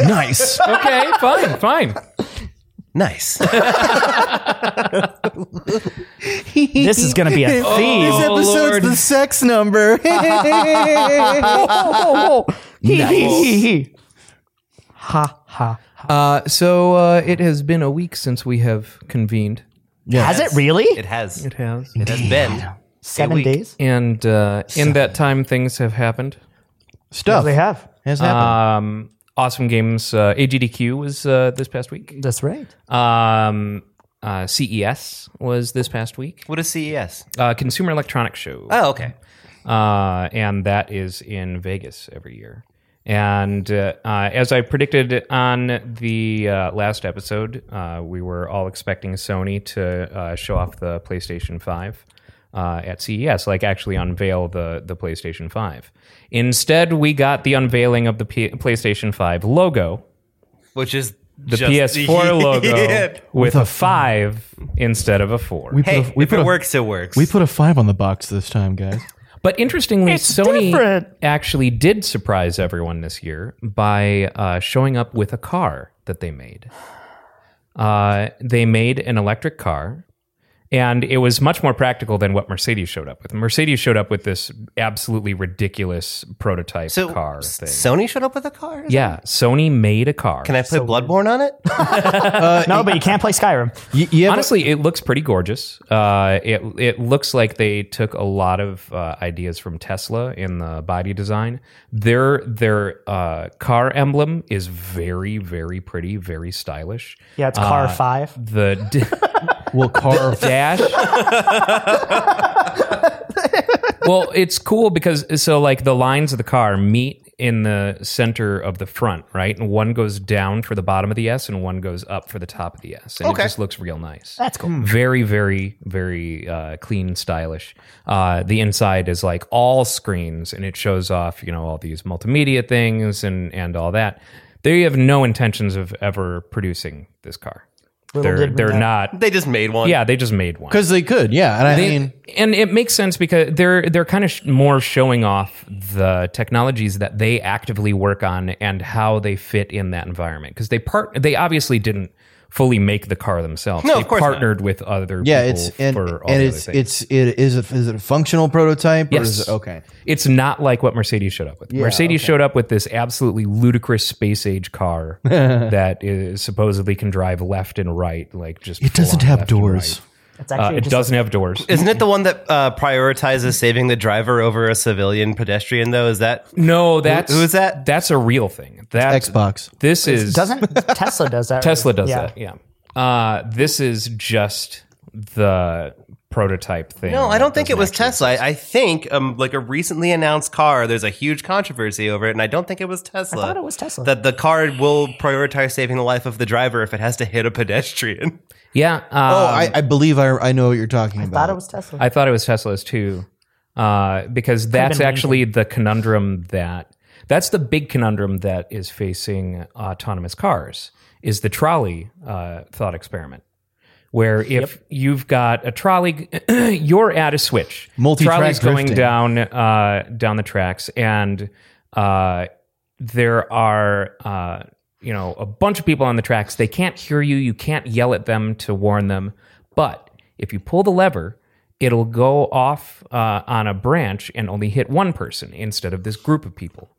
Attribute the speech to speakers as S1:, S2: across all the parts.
S1: nice.
S2: Okay, fine, fine.
S1: Nice.
S3: this is going to be a theme.
S2: Oh, Lord.
S4: sex number.
S3: nice. ha ha.
S5: Uh, so uh, it has been a week since we have convened.
S3: Has it really?
S1: It has. It
S5: has.
S1: has been.
S3: Seven days?
S5: And uh, in that time, things have happened.
S3: Stuff. They have.
S1: Has
S6: Uh,
S1: happened.
S5: Um, awesome games. Uh, AGDQ was uh, this past week.
S3: That's right.
S5: Um, uh, CES was this past week.
S1: what is CES?
S5: Uh, Consumer Electronics Show.
S1: E Oh, okay.
S5: uh, and that is in Vegas every year. And uh, uh, as I predicted on the uh, last episode, uh, we were all expecting Sony to uh, show off the PlayStation Five uh, at CES, like actually unveil the the PlayStation Five. Instead, we got the unveiling of the P- PlayStation Five logo,
S1: Which is
S5: the PS4 logo, with a five instead of a four.
S6: We put
S1: Hey,
S6: a, we
S1: if
S6: put
S1: it
S6: a,
S1: works, it works.
S6: We put a five on the box this time, guys.
S5: But interestingly, Sony
S3: different.
S5: actually did surprise everyone this year by uh, showing up with a car that they made. Uh, they made an electric car, and it was much more practical than what Mercedes showed up with. Mercedes showed up with this absolutely ridiculous prototype
S1: so
S5: car
S1: S-
S5: thing.
S1: Sony showed up with a car.
S5: yeah, Sony made a car.
S1: Can I play Bloodborne on it?
S3: Uh, No, but you can't play Skyrim.
S6: Y- yeah,
S5: Honestly, it looks pretty gorgeous. Uh, it it looks like they took a lot of uh, ideas from Tesla in the body design. Their their uh, car emblem is very very pretty, very stylish.
S3: Yeah, it's Car
S5: Uh,
S3: 5.
S5: The d-
S6: well, car.
S5: dash. well, it's cool because so like the lines of the car meet in the center of the front, right? And one goes down for the bottom of the S, and one goes up for the top of the S, and it just looks real nice.
S3: That's cool.
S5: Very, very, very uh, clean, stylish. Uh, the inside is like all screens, and it shows off, you know, all these multimedia things and and all that. They have no intentions of ever producing this car.
S3: Little
S5: they're
S3: did we
S5: they're
S3: know.
S5: not.
S1: They just made one.
S5: Yeah, they just made one.
S6: Because they could, yeah. And I
S5: They-
S6: mean,
S5: and it makes sense because they're they're kind of sh- more showing off the technologies that they actively work on and how they fit in that environment because they part they obviously didn't fully make the car themselves.
S1: No,
S5: they
S1: of course not.
S5: partnered with other
S6: yeah,
S5: people
S6: it's and,
S5: for all
S6: and
S5: the
S6: it's
S5: other things.
S6: it's it is it, is it a functional prototype? Or is
S5: Yes.
S6: it, okay.
S5: It's not like what Mercedes showed up with. Mercedes showed up with this absolutely ludicrous space age car that is supposedly can drive left and right, like just
S6: It doesn't
S5: full on
S6: have
S5: left and
S6: doors.
S3: It's
S5: right. Uh,
S3: actually
S5: it
S3: just
S5: doesn't have doors.
S1: Isn't it the one that uh, prioritizes saving the driver over a civilian pedestrian? Though is that
S5: No, that's
S1: who is that?
S5: That's a real thing. That's
S6: Xbox.
S5: This is
S3: doesn't Tesla does that?
S5: Tesla does
S3: Yeah.
S5: that. Yeah. Uh, this is just the prototype thing.
S1: No, I don't think it was
S5: Tesla.
S1: Tesla. I, I think um, like a recently announced car. There's a huge controversy over it, and I don't think it was Tesla.
S3: I thought it was Tesla.
S1: that the car will prioritize saving the life of the driver if it has to hit a pedestrian.
S5: Yeah. Um,
S6: Oh,
S5: I,
S6: I, I believe I I know what you're talking
S3: I
S6: about.
S3: thought it was Tesla.
S5: thought it was Tesla's too, uh, because
S3: been
S5: that's
S3: anything.
S5: actually the conundrum that that's the big conundrum that is facing autonomous cars is the trolley uh, thought experiment. Where if you've got a trolley, you're at a switch.
S6: Multi-track
S5: Trolley's going
S6: drifting.
S5: down uh, down the tracks, and uh, there are uh, you know a bunch of people on the tracks. They can't hear you. You can't yell at them to warn them. But if you pull the lever, it'll go off uh, on a branch and only hit one person instead of this group of people.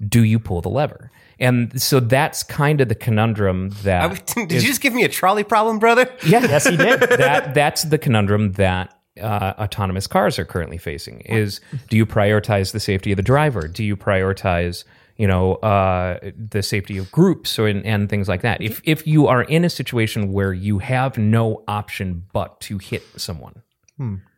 S5: Do you pull the lever? And so that's kind of the conundrum that
S1: I was- Did you just give me a trolley problem, brother?
S5: yeah,
S3: Yes, he did.
S5: that that's the conundrum that uh, autonomous cars are currently facing is do you prioritize the safety of the driver do you prioritize you know, uh, the safety of groups or, and, and things like that. If if you are in a situation where you have no option but to hit someone,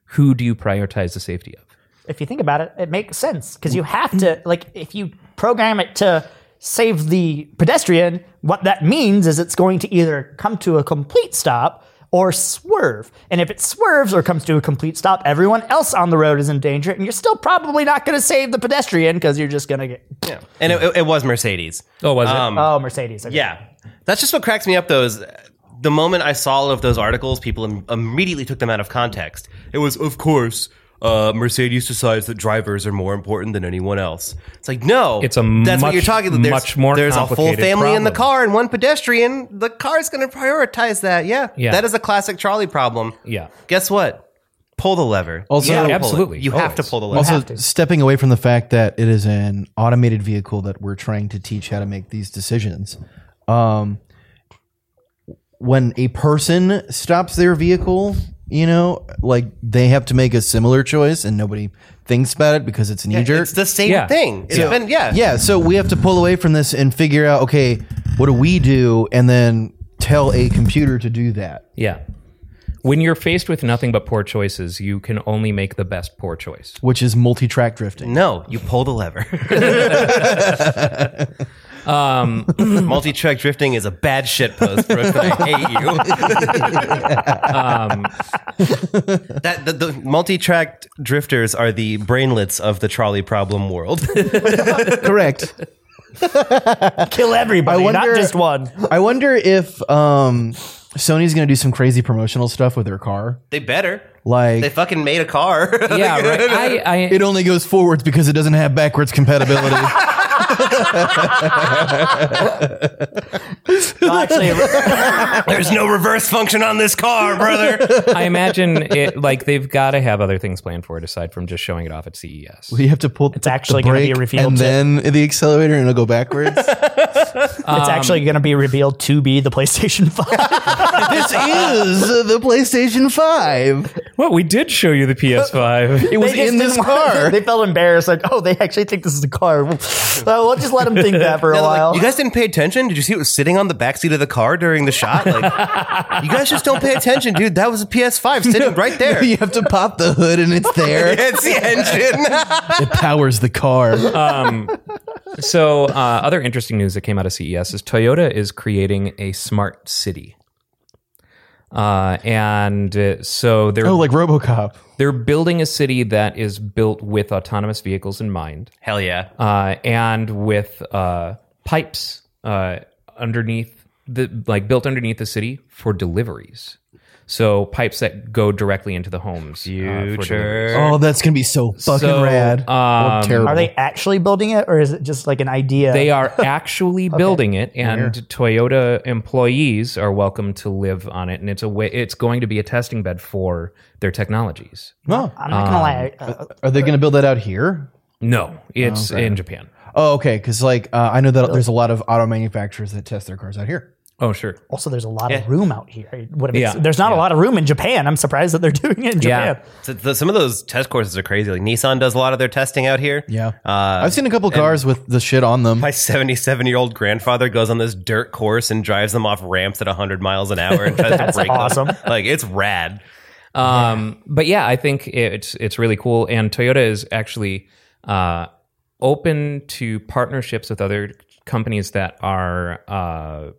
S5: who do you prioritize the safety of?
S3: if you think about it, it makes sense because you have to like if you program it to save the pedestrian, what that means is it's going to either come to a complete stop or swerve. And if it swerves or comes to a complete stop, everyone else on the road is in danger, and you're still probably not going to save the pedestrian because you're just going to get
S1: And it, it, it was Mercedes.
S5: Oh, was it?
S3: oh Mercedes. Okay.
S1: Yeah, that's just what cracks me up. Though is the moment I saw all of those articles, people Im- immediately took them out of context. It was, of course, uh, Mercedes decides that drivers are more important than anyone else. It's like no,
S5: It's a
S1: that's
S5: much-
S1: what you're talking about. There's,
S5: much more
S1: there's a full
S5: complicated
S1: family in the
S5: problem.
S1: car and one pedestrian. The car's going to prioritize that. Yeah,
S5: Yeah.
S1: that is a classic trolley problem.
S5: Yeah.
S1: guess what? Pull the lever.
S6: Also-
S1: You have to pull it.
S5: Absolutely,
S1: you have to
S5: always.
S1: pull the lever.
S6: Also,
S3: have to.
S6: stepping away from the fact that it is an automated vehicle that we're trying to teach how to make these decisions. Um, when a person stops their vehicle, you know, like they have to make a similar choice and nobody thinks about it because it's knee jerk.
S1: it's the same
S5: Yeah.
S1: thing. It's
S6: So-
S1: been yeah,
S6: yeah, so we have to pull away from this and figure out, okay, what do we do? And then tell a computer to do that.
S5: Yeah. When you're faced with nothing but poor choices, you can only make the best poor choice.
S6: which is multi-track drifting.
S1: No, you pull the lever. um, multi-track drifting is a bad shit post, Brooke. I hate you. Um, that the, the multi-track drifters are the brainlets of the trolley problem world.
S6: Correct.
S3: kill everybody,
S6: I wonder-
S3: not just one.
S6: I wonder if um, Sony's going to do some crazy promotional stuff with their car.
S1: they better.
S6: Like
S1: They fucking made a car.
S5: Yeah, right. I, I,
S6: it only goes forwards because it doesn't have backwards compatibility.
S3: No, actually,
S1: There's no reverse function on this car, brother.
S5: I imagine it like they've got to have other things planned for it aside from just showing it off at E CES.
S6: you have to pull it's
S3: actually gonna be revealed
S6: and
S3: to-
S6: then the accelerator and it'll go backwards.
S3: it's actually going to be revealed to be the PlayStation 5.
S6: this is the PlayStation 5.
S5: Well, we did show you the PS5.
S6: It was
S3: They just
S6: in this
S3: didn't want-
S6: car.
S3: they felt embarrassed, like, oh, they actually think this is a car. Well, uh, we'll just let them think that for a while.
S1: you guys didn't pay attention. Did you see it was sitting on the backseat of the car during the shot? Like, you guys just don't pay attention, dude. That was a PS5 sitting right there.
S6: you have to pop the hood and it's there.
S1: It's the engine.
S6: it powers the car.
S3: Uh,
S5: so, uh, other interesting news that came out of CES is Toyota is creating a smart city. Uh, and uh, so they're
S6: oh, like RoboCop.
S5: they're building a city that is built with autonomous vehicles in mind.
S1: Hell yeah.
S5: uh, and with uh, pipes uh, underneath the like built underneath the city for deliveries. So pipes that go directly into the homes. uh, Future.
S6: Oh, that's going to be so fucking
S5: So,
S6: rad. Or
S5: um,
S6: terrible.
S3: Are they actually building it, or is it just like an idea?
S5: they are actually building it, and Toyota employees are welcome to live on it. And it's a way. It's going to be a testing bed for their technologies.
S6: No.
S3: I'm not gonna lie. I- uh,
S6: Are they going to build that out here?
S5: No, it's in Japan.
S6: Oh, okay. Because like uh, I know that there's a lot of auto manufacturers that test their cars out here.
S5: Oh, sure.
S3: also, there's a lot of room out here. It would've been-
S5: Yeah.
S3: There's not a lot of room in Japan. I'm surprised that they're doing it in
S5: Yeah.
S3: Japan.
S1: So th- some of those test courses are crazy. Like Nissan does a lot of their testing out here. Uh,
S6: I've seen a couple cars with the shit on them.
S1: my 77 year old grandfather goes on this dirt course and drives them off ramps at 100 miles an hour and tries to break
S3: awesome.
S1: them. Like, it's rad.
S5: Um, but yeah, I think it's it's really cool, and Toyota is actually uh, open to partnerships with other companies that are uh,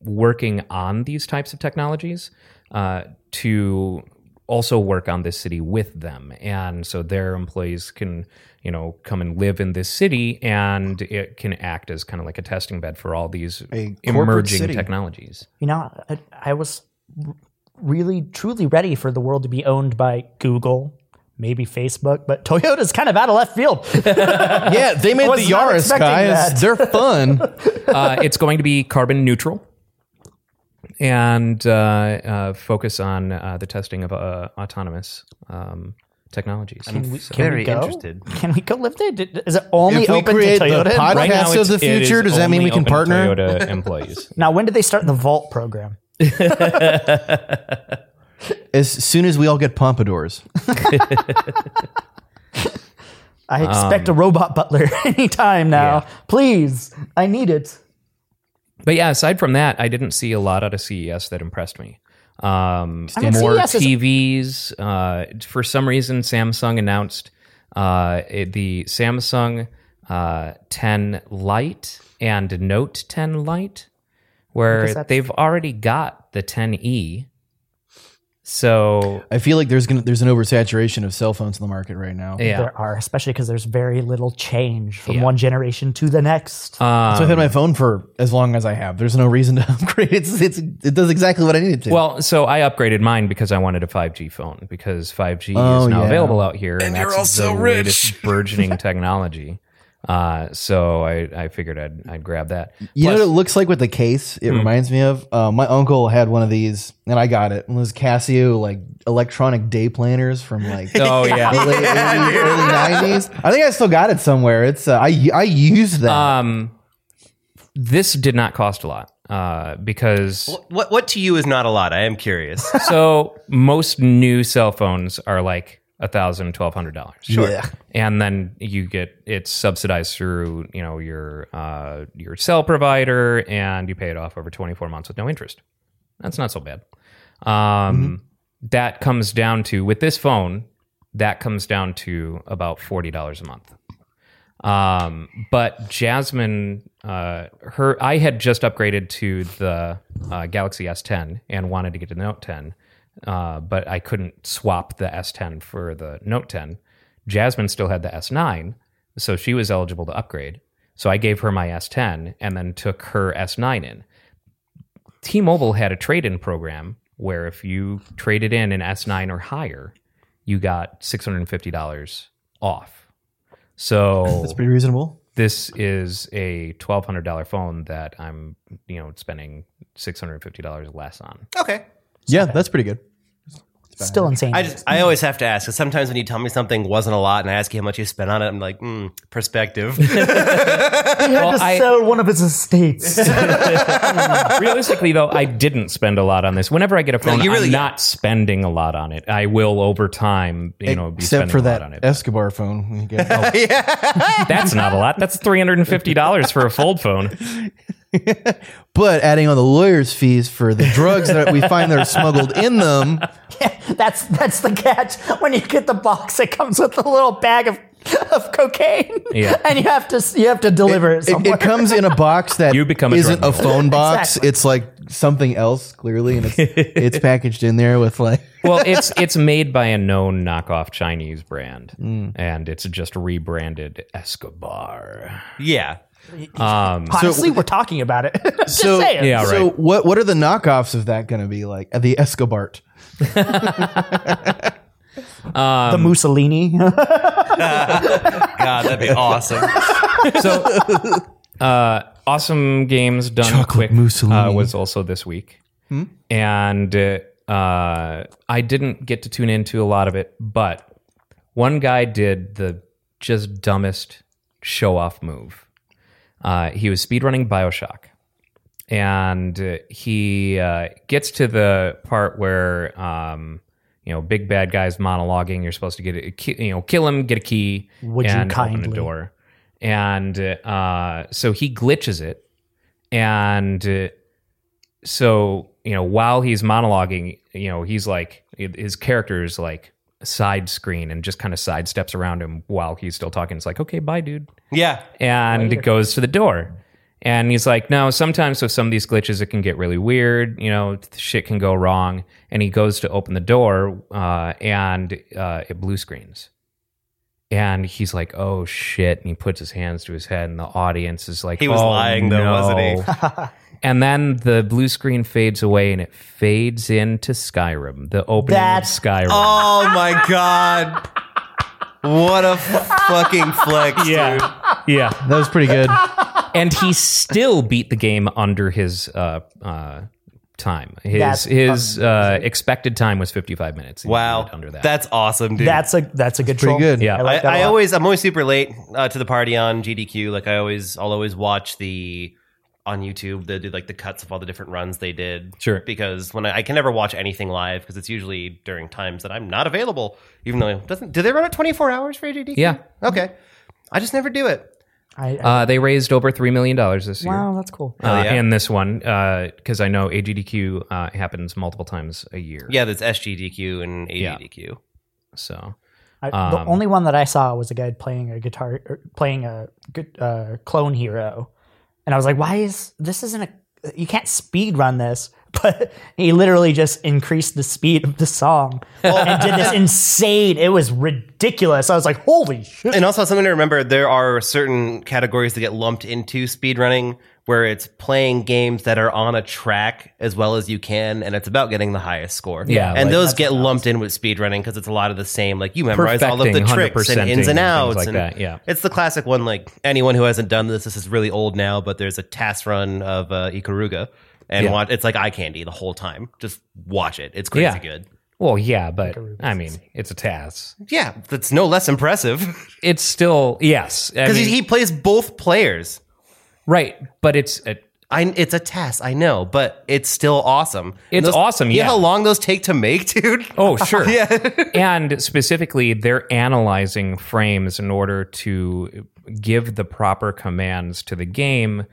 S5: working on these types of technologies uh, to also work on this city with them, and so their employees can you know come and live in this city, and it can act as kind of like a testing bed for all these
S6: A corporate
S5: emerging
S6: city.
S5: technologies.
S3: You know, I, I was r- really, truly ready for the world to be owned by Google, maybe Facebook, but Toyota's kind of out of left field.
S6: yeah, they made
S3: was
S6: the
S3: not
S6: Yaris
S3: expecting
S6: guys.
S3: that.
S6: They're fun.
S5: uh, it's going to be carbon neutral and uh, uh, focus on uh, the testing of uh, autonomous um, technologies.
S3: Can we
S1: Very
S3: go?
S1: interested.
S3: Can we go live there? Did- Is it only
S6: If we
S3: open to
S6: create the
S3: Toyota? and
S6: pod-
S3: Bra-
S6: Right now Podcast of the
S5: it is
S6: future, does that mean
S5: only
S6: we can
S5: open to
S6: partner?
S5: Toyota employees.
S3: now, when did they start the Vault program?
S6: As soon as we all get pompadours,
S3: I expect
S5: Um,
S3: a robot butler anytime now. Please, I need it.
S5: But yeah, aside from that, I didn't see a lot out of CES that impressed me. Um,
S3: I mean, E
S5: more
S3: CES is-
S5: TVs. Uh, for some reason, Samsung announced uh, it- the Samsung uh, 10 Lite and Note 10 Lite,
S3: Because
S5: where
S3: that's-
S5: they've already got the 10e. So
S6: I feel like there's gonna there's an oversaturation of cell phones in the market right now.
S5: yeah,
S3: There are, especially because there's very little change from
S5: Yeah. Uh,
S3: one generation to the next.
S6: So I've had my phone for as long as I have. There's no reason to upgrade. It's, it's it does exactly what I needed to.
S5: Well, so I upgraded mine because I wanted a 5G phone because 5G
S6: Oh,
S5: is now
S6: yeah.
S5: available out here, and, that's the latest burgeoning technology. Uh, so I, I figured I'd, I'd grab that.
S6: You know what it looks like with the case? It reminds me of uh, my uncle had one of these, and I got it. It was Casio like electronic day planners from like
S5: Oh yeah.
S6: late 80s, early nineties. I think I still got it somewhere. It's uh, I I used that.
S5: um, this did not cost a lot uh, because
S1: What what to you is not a lot? I am curious.
S5: so most new cell phones are like a thousand, twelve hundred dollars. Sure.
S6: Yeah.
S5: And then you get it's subsidized through you know your uh, your cell provider, and you pay it off over twenty four months with no interest. That's not so bad. Um, That comes down to with this phone, that comes down to about forty dollars a month. Um, but Jasmine, uh, her, I had just upgraded to the uh, Galaxy S10 and wanted to get the Note 10, uh, but I couldn't swap the S10 for the Note 10. Jasmine still had the S9, so she was eligible to upgrade. So I gave her my S10 and then took her S9 in. T-Mobile had a trade-in program where if you traded in an S9 or higher, you got $650 off. So
S6: That's pretty reasonable.
S5: this is a twelve hundred dollar phone that I'm you know spending six hundred fifty dollars less on.
S1: okay.
S6: Yeah, that's pretty good.
S3: Still insane.
S1: I just I always have to ask because sometimes when you tell me something wasn't a lot and I ask you how much you spent on it, I'm like, mm, perspective.
S3: he had
S5: well,
S3: to
S5: I-
S3: sell one of his estates.
S5: Realistically, though, I didn't spend a lot on this. Whenever I get a phone,
S1: you really-
S5: I'm not spending a lot on it. I will over time, you know, be spending
S6: Except for
S5: a lot
S6: that
S5: on it.
S6: Escobar phone. You get- Oh.
S5: That's not a lot. That's three hundred and fifty dollars for a fold phone.
S6: But adding on the lawyer's fees for the drugs that we find that are smuggled in them,
S3: that's that's the catch. When you get the box, it comes with a little bag of of cocaine.
S5: Yeah.
S3: and you have to you have to deliver it.
S6: it,
S3: somewhere.
S6: it comes in a box that
S5: You become a
S6: isn't a
S5: drug dealer.
S6: phone box.
S3: Exactly.
S6: It's like something else, clearly, and it's, it's packaged in there with like.
S5: Well, it's it's made by a known knockoff Chinese brand,
S6: Hmm.
S5: and it's just rebranded Escobar.
S1: yeah.
S3: Honestly, we're talking about it. Just
S6: So-
S3: saying.
S5: Yeah,
S6: So
S5: right.
S6: what what are the knockoffs of that going to be like? The Escobart.
S5: um,
S3: the Mussolini.
S1: God, that'd be awesome.
S5: So, uh, awesome games done
S6: Chocolate
S5: quick
S6: Mussolini. Hmm?
S5: Uh, was also this week, and uh, I didn't get to tune into a lot of it, but one guy did the just dumbest show off move. Uh, he was speedrunning Bioshock, and uh, he uh, gets to the part where um, you know big bad guys monologuing. You're supposed to get a, ki- you know kill him, get a key,
S3: Would you
S5: and open
S3: kindly?
S5: a door. And uh, so he glitches it, and uh, so you know while he's monologuing you know he's like his character is like side screen and just kind of sidesteps around him while he's still talking it's like okay bye dude
S1: Yeah.
S5: and it goes to the door and he's like no sometimes with some of these glitches it can get really weird you know th- shit can go wrong and he goes to open the door uh, and uh, it blue screens and he's like oh shit and he puts his hands to his head and the audience is like
S1: He was
S5: "Oh,
S1: lying, though,
S5: no."
S1: wasn't he?
S5: And then the blue screen fades away and it fades into Skyrim, the opening
S3: That's-
S5: of Skyrim.
S1: Oh my god. What a fucking flex.
S5: yeah. Yeah.
S6: That was pretty good.
S3: Oh,
S5: And he still beat the game under his uh, uh, time. His
S3: That's
S5: his uh, expected time was 55 minutes. He
S1: Wow.
S5: beat it Under that.
S1: That's awesome, dude.
S3: That's a that's a good
S6: pretty
S3: troll.
S6: good.
S5: Yeah.
S1: I,
S3: that a
S1: I
S3: lot.
S1: always I'm always super late uh, to the party on GDQ. Like I always I'll always watch the on YouTube that did like the cuts of all the different runs they did.
S5: Sure.
S1: Because when I, I can never watch anything live because it's usually during times that I'm not available. Even though it doesn't do they run it 24 hours for ADD?
S5: Yeah.
S1: Okay. I just never do it.
S3: I, I,
S5: Uh, they raised over $3 million this year.
S3: wow, that's cool.
S5: Uh,
S1: yeah.
S5: And this one, because I know AGDQ uh, happens multiple times a year.
S1: Yeah, that's SGDQ and ADDQ.
S5: So
S3: I, the
S5: um,
S3: only one that I saw was a guy playing a guitar, or playing a good uh, clone hero, and I was like, "Why is this isn't a? You can't speed run this." But he literally just increased the speed of the song and did this insane. It was ridiculous. I was like, "Holy shit!"
S1: And also something to remember: there are certain categories that get lumped into speedrunning, where it's playing games that are on a track as well as you can, and it's about getting the highest score.
S5: Yeah,
S1: and
S5: like,
S1: those get lumped in with speedrunning because it's a lot of the same. Like you memorize all of the
S5: Perfecting,
S1: tricks and
S5: 100%ing
S1: ins and
S5: and things
S1: outs,
S5: like
S1: and
S5: that, yeah.
S1: it's the classic one. Like anyone who hasn't done this, this is really old now, but there's a task run of uh, Ikaruga, and
S5: Yeah.
S1: watch, it's like eye candy the whole time. Just watch it; it's crazy
S5: Yeah.
S1: good.
S5: Well, yeah, but I mean, it's a task.
S1: Yeah, that's no less impressive
S5: It's still yes,
S1: because he, he plays both players.
S5: right, but it's a,
S1: I it's a test, I know, but it's still awesome. And
S5: It's
S1: those-
S5: awesome,
S1: You know
S5: yeah.
S1: how long those take to make, dude?
S5: oh sure,
S1: Yeah.
S5: and specifically they're analyzing frames in order to give the proper commands to the game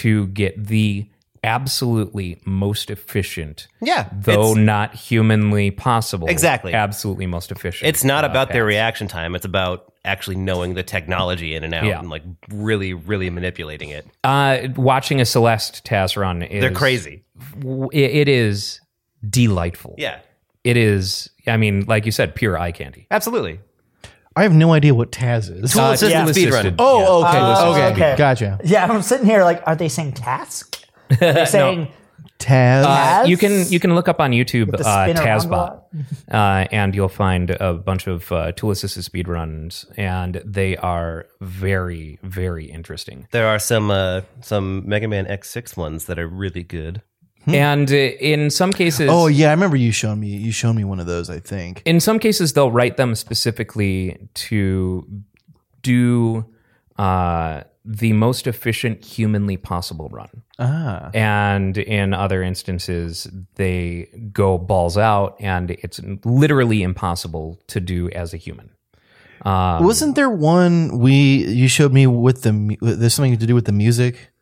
S5: to get the absolutely most efficient,
S1: Yeah,
S5: though
S1: it's-
S5: not humanly possible,
S1: Exactly.
S5: absolutely most efficient.
S1: It's not
S5: uh,
S1: about their
S5: path.
S1: reaction time. It's about actually knowing the technology in and out
S5: Yeah.
S1: and like really, really manipulating it.
S5: Uh, watching a Celeste Taz run is
S1: They're crazy.
S5: w- It, it is delightful.
S1: Yeah.
S5: it is. I mean, like you said, pure eye candy.
S1: Absolutely.
S6: I have no idea what Taz is.
S1: Tool
S5: Uh,
S1: assisted
S5: tool
S1: speed
S5: assisted.
S1: running.
S6: Oh, okay,
S3: Oh,
S6: okay,
S3: okay.
S6: gotcha.
S3: Yeah, I'm sitting here like, are they saying task? They're saying
S6: Taz.
S5: Uh,
S3: Taz?
S5: you can you can look up on YouTube
S3: the
S5: uh,
S3: spinner on
S5: Tazbot, uh, and you'll find a bunch of uh, tool assisted speedruns, and they are very very interesting.
S1: There are some uh, some Mega Man X6 ones that are really good.
S3: Hmm.
S5: And uh, in some cases,
S6: oh yeah, I remember you showing me. You showed me one of those. I think.
S5: in some cases they'll write them specifically to do uh, the most efficient humanly possible run.
S6: Ah,
S5: and in other instances they go balls out and it's literally impossible to do as a human um,
S6: wasn't there one we you showed me with the? mu- There's something to do with the music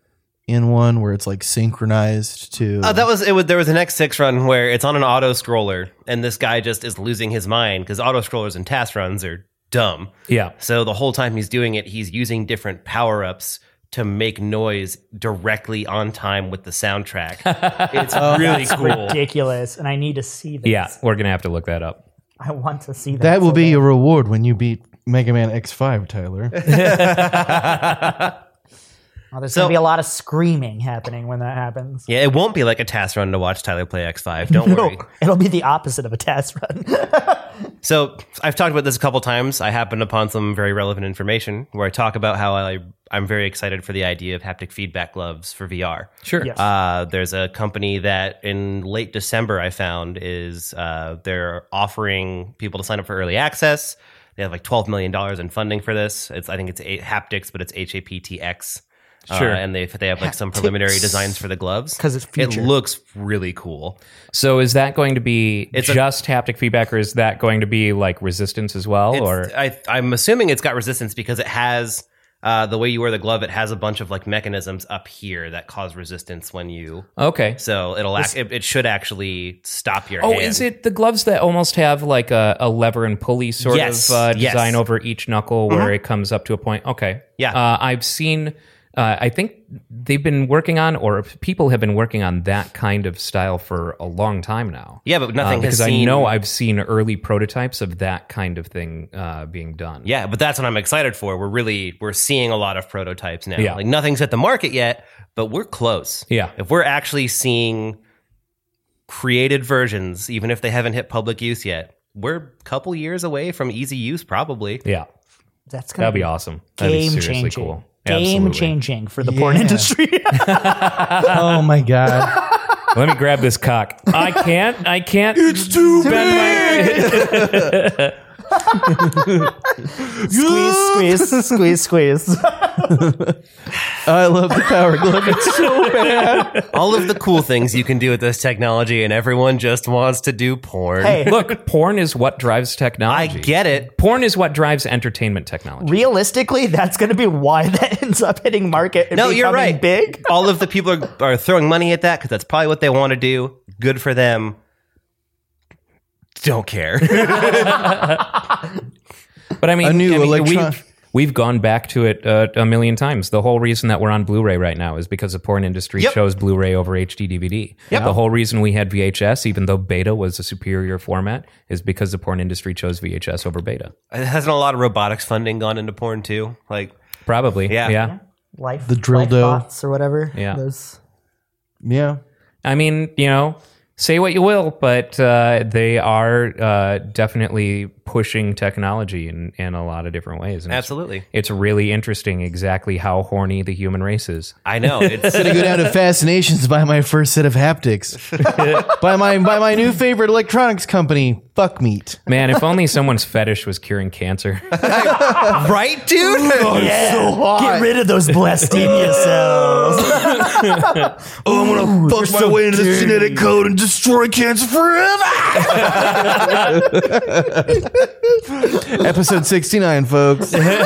S6: in one where it's like synchronized to.
S1: Oh, that was it. Was there was an X6 run where it's on an auto scroller, and this guy just is losing his mind because auto scrollers and task runs are dumb.
S5: yeah
S1: So the whole time he's doing it, he's using different power ups to make noise directly on time with the soundtrack. it's really cool.
S3: ridiculous, and I need to see this.
S5: yeah we're gonna have to look that up
S3: I want to see that.
S6: That will
S3: so
S6: be
S3: bad.
S6: your reward when you beat Mega Man X5, Tyler.
S3: Oh, there's
S1: So-
S3: gonna be a lot of screaming happening when that happens.
S1: Yeah, it won't be like a task run to watch Tyler play X5. Don't worry.
S3: It'll be the opposite of a test run.
S1: So I've talked about this a couple times. I happened upon some very relevant information where I talk about how I, I'm very excited for the idea of haptic feedback gloves for VR.
S5: sure
S3: yes.
S1: Uh, there's a company that in late December I found is uh, they're offering people to sign up for early access. They have like twelve million dollars in funding for this. It's I think it's eight haptics, but it's H A P T X. Uh,
S5: Sure.
S1: and they they have like some preliminary designs for the gloves
S3: 'Cause it's
S1: it
S3: feature.
S1: looks really cool.
S5: so is that going to be
S1: It's a-
S5: just haptic feedback or is that going to be like resistance as well
S1: It's-
S5: or
S1: I, I'm assuming it's got resistance because it has uh, the way you wear the glove. It has a bunch of like mechanisms up here that cause resistance when you.
S5: okay
S1: So it'll act, it, it should actually stop your.
S5: Oh,
S1: hand.
S5: is it the gloves that almost have like a, a lever and pulley sort
S1: Yes,
S5: of uh,
S1: yes. Mm-hmm.
S5: design over each knuckle where it comes up to a point? Okay.
S1: Yeah.
S5: Uh, I've seen, uh, I think they've been working on, or people have been working on that kind of style for a long time now.
S1: Yeah, but
S5: Uh,
S1: nothing has
S5: because I
S1: seen-
S5: know I've seen early prototypes of that kind of thing uh, being done.
S1: Yeah, but that's what I'm excited for. We're really we're seeing a lot of prototypes now.
S5: Yeah.
S1: Like nothing's hit the market yet, but we're close.
S5: Yeah.
S1: If we're actually seeing created versions, even if they haven't hit public use yet, we're a couple years away from easy use probably.
S5: Yeah.
S3: That's gonna
S5: That'd be awesome. That'd be
S3: Game
S5: seriously
S3: changing.
S5: cool.
S3: Game
S5: Absolutely.
S3: changing for the porn
S6: Yeah.
S3: industry.
S6: oh my god.
S5: Let me grab this cock. I can't. I can't. It's too big.
S3: squeeze, squeeze, squeeze, squeeze.
S6: I love the power glove. It's so bad.
S1: All of the cool things you can do with this technology, and everyone just wants to do porn.
S3: Hey,
S5: Look, porn is what drives
S1: I
S5: technology.
S1: get it.
S5: porn is what drives entertainment technology.
S3: realistically, that's going to be why that ends up hitting market. And
S1: No, you're
S3: becoming
S1: right.
S3: Big.
S1: All of the people are, are throwing money at that because that's probably what they want to do. Good for them. Don't care.
S5: But I mean,
S6: A new
S5: I mean,
S6: electron-
S5: We've, we've gone back to it uh, a million times. The whole reason that we're on Blu-ray right now is because the porn industry
S1: Yep.
S5: chose Blu-ray over HD DVD. The whole reason we had VHS, even though Beta was a superior format, is because the porn industry chose VHS over Beta.
S1: Hasn't a lot of robotics funding gone into porn too? Like,
S5: Probably,
S1: Yeah.
S5: yeah.
S3: Life,
S6: The drill
S3: life
S6: dough.
S3: bots or whatever.
S5: Yeah.
S3: Those-
S6: Yeah.
S5: I mean, you know, say what you will, but uh, they are uh, definitely pushing technology in, in a lot of different ways. And it's-
S1: absolutely.
S5: It's really interesting exactly how horny the human race is.
S1: I know. It's
S6: Gonna go down to fascinations by my first set of haptics. by my by my new favorite electronics company, Fuck Meat.
S5: Man, if only someone's fetish was curing cancer.
S1: right, dude.
S6: Oh,
S3: yeah. Get rid of those blastenia cells.
S6: Bust my way into the genetic code and destroy cancer forever. Episode sixty nine, folks.
S3: Hey,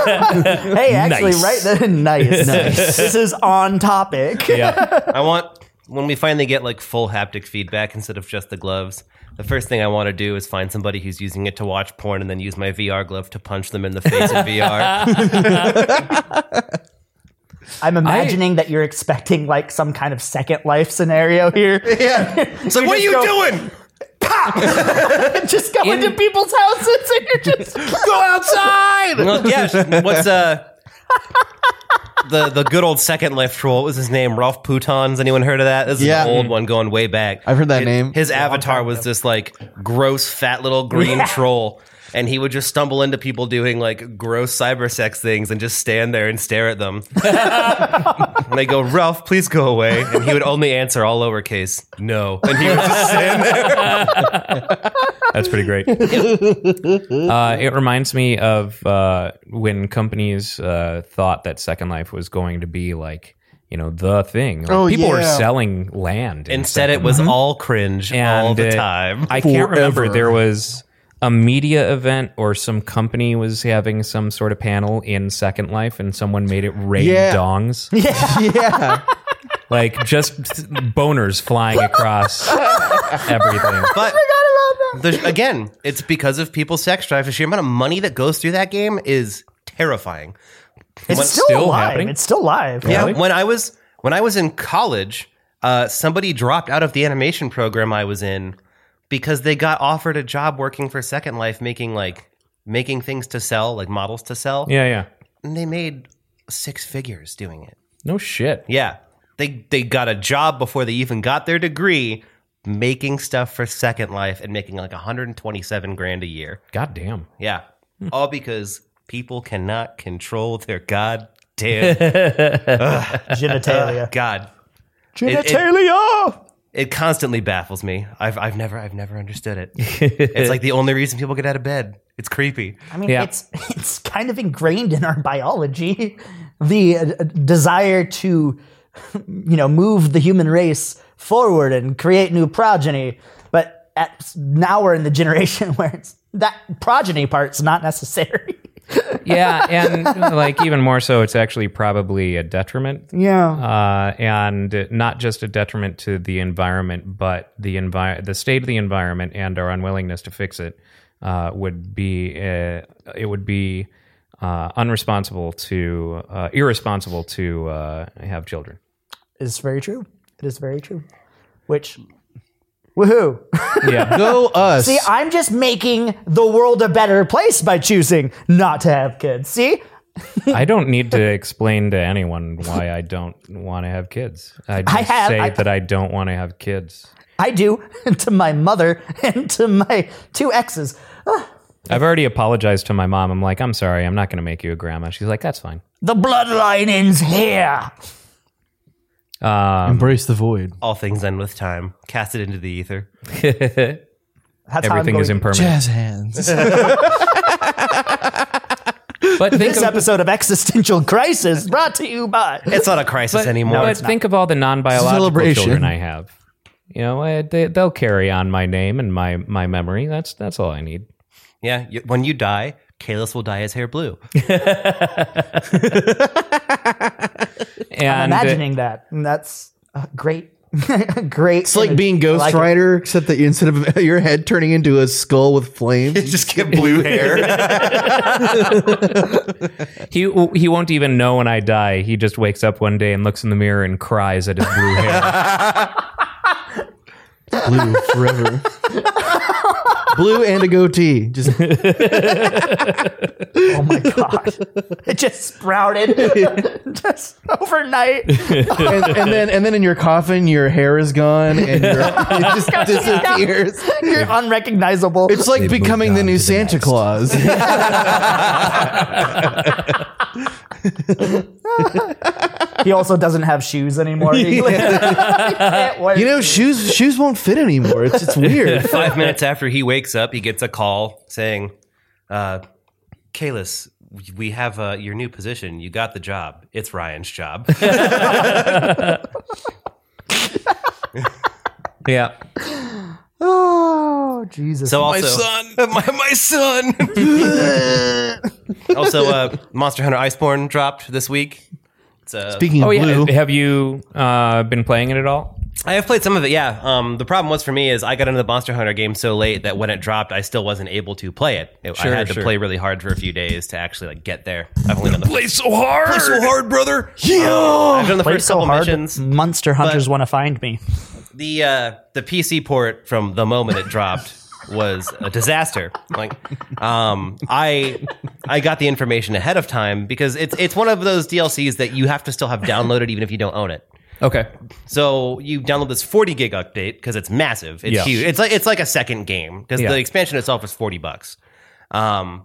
S3: actually,
S5: Nice.
S3: right then, nice. nice. This is on topic.
S1: I want when we finally get like full haptic feedback instead of just the gloves. The first thing I want to do is find somebody who's using it to watch porn and then use my VR glove to punch them in the face in VR.
S3: I'm imagining that you're expecting like some kind of second life scenario here.
S1: So what are you
S3: just
S1: doing?
S3: just go into people's houses and you're just go outside.
S1: Well, yeah. What's uh the the good old second life troll? What was his name? Ralph Poutons. Anyone heard of that? This is
S6: Yeah.
S1: an old one going way back.
S6: I've heard that
S1: Hi-
S6: name.
S1: His avatar was this like gross, fat little green troll. And he would just stumble into people doing like gross cyber sex things and just stand there and stare at them. and they go, Ralph, please go away. And he would only answer all lowercase, no. And he would just stand there.
S5: That's pretty great. uh, it reminds me of uh, when companies uh, thought that Second Life was going to be like, you know, the thing. Like,
S6: Oh,
S5: people were
S6: yeah.
S5: selling land. in
S1: Instead,
S5: Second
S6: Mm-hmm.
S1: it was all cringe
S5: And
S1: all the
S5: it-
S1: time.
S5: I can't remember.
S6: Forever.
S5: There was a media event or some company was having some sort of panel in Second Life, and someone made it rain
S6: Yeah.
S5: dongs,
S6: yeah.
S5: like just boners flying across everything.
S1: But the- again, it's because of people's sex drive. The sheer amount of money that goes through that game is terrifying.
S3: It's still,
S5: still
S3: live.
S5: happening?
S3: It's still live.
S1: Yeah,
S5: Really?
S1: when I was when I was in college, uh, somebody dropped out of the animation program I was in because they got offered a job working for Second Life, making like making things to sell, like models to sell,
S5: Yeah, yeah.
S1: and they made six figures doing it.
S5: No shit.
S1: Yeah, they they got a job before they even got their degree. Making stuff for Second Life and making like 127 grand a year.
S5: God damn.
S1: Yeah. All because people cannot control their goddamn
S3: Genitalia.
S1: God. it-
S3: Genitalia.
S1: It constantly baffles me. I've I've never I've never understood it. it's like the only reason people get out of bed. It's creepy.
S3: I mean,
S5: Yeah.
S3: it's it's kind of ingrained in our biology, the uh, desire to, you know, move the human race forward and create new progeny. But at, now we're in the generation where it's, that progeny part's not necessary.
S5: yeah, and like even more so, it's actually probably a detriment,
S3: Yeah.
S5: uh, and not just a detriment to the environment, but the envi- the state of the environment, and our unwillingness to fix it uh, would be uh, it would be uh, unresponsible to uh, irresponsible to uh, have children.
S3: It's very true. It is very true. Which, woohoo.
S5: Yeah,
S6: Go us.
S3: See, I'm just making the world a better place by choosing not to have kids. See?
S5: I don't need to explain to anyone why I don't want to have kids. I just
S3: have-
S5: say
S3: I-
S5: that I don't want to have kids.
S3: I do to my mother and to my two exes.
S5: I've already apologized to my mom. I'm like, I'm sorry, I'm not going to make you a grandma. She's like, that's fine.
S3: The bloodline ends here.
S5: Um,
S6: Embrace the void.
S1: All things end with time. Cast it into the ether.
S3: That's how I'm
S5: everything
S3: going
S5: is
S3: to-
S5: impermanent.
S6: Jazz hands.
S5: But think
S3: This
S5: of-
S3: episode of Existential Crisis brought to you by.
S1: It's not a crisis anymore.
S5: But think of all the non-biological
S6: Celebration.
S5: children I have. You know, I, they, they'll carry on my name and my my memory. That's that's all I need.
S1: yeah, you, when you die, Kalis will dye his hair blue.
S5: And uh,
S6: uh,
S3: I'm imagining that, and that's uh, great. great.
S6: It's like being Ghost Rider, except that you, instead of your head turning into a skull with flames,
S1: Just get blue hair.
S5: he he won't even know when I die. He just wakes up one day and looks in the mirror and cries at his blue hair.
S6: blue forever. blue and a goatee. Just
S3: Oh my god! it just sprouted, just overnight.
S6: and, and then and then in your coffin, your hair is gone and your, it just disappears.
S3: You're unrecognizable.
S6: It's like
S4: moved
S6: becoming the
S4: on to
S6: new
S4: the
S6: Santa
S4: next.
S6: Claus.
S3: he also doesn't have shoes anymore. He- he can't wear-
S6: you know, shoes shoes won't fit anymore. It's it's weird.
S1: Five minutes after he wakes up, he gets a call saying, uh, Kalis, we have uh, your new position. You got the job. It's Ryan's job.
S5: yeah.
S3: oh Jesus!
S1: So also, my son, my, my son. also, uh, Monster Hunter Iceborne dropped this week. It's, uh,
S6: Speaking of
S5: Oh yeah.
S6: blue,
S5: Have you uh, been playing it at all?
S1: I have played some of it. Yeah. Um, the problem was for me is I got into the Monster Hunter game so late that when it dropped, I still wasn't able to play it. It- I had to play really hard for a few days to actually like get there. I've only done the play so hard, play so hard, brother. Yeah. I've done the
S3: Play
S1: first
S3: so
S1: couple
S3: hard,
S1: missions.
S3: monster hunters want to find me.
S1: the uh, the PC port from the moment it dropped was a disaster. Like, um, I I got the information ahead of time because it's it's one of those DLCs that you have to still have downloaded even if you don't own it.
S5: Okay.
S1: So you download this 40 gig update because it's massive. It's
S5: Yeah.
S1: huge. It's like it's like a second game because
S5: Yeah.
S1: the expansion itself is 40 bucks. Um,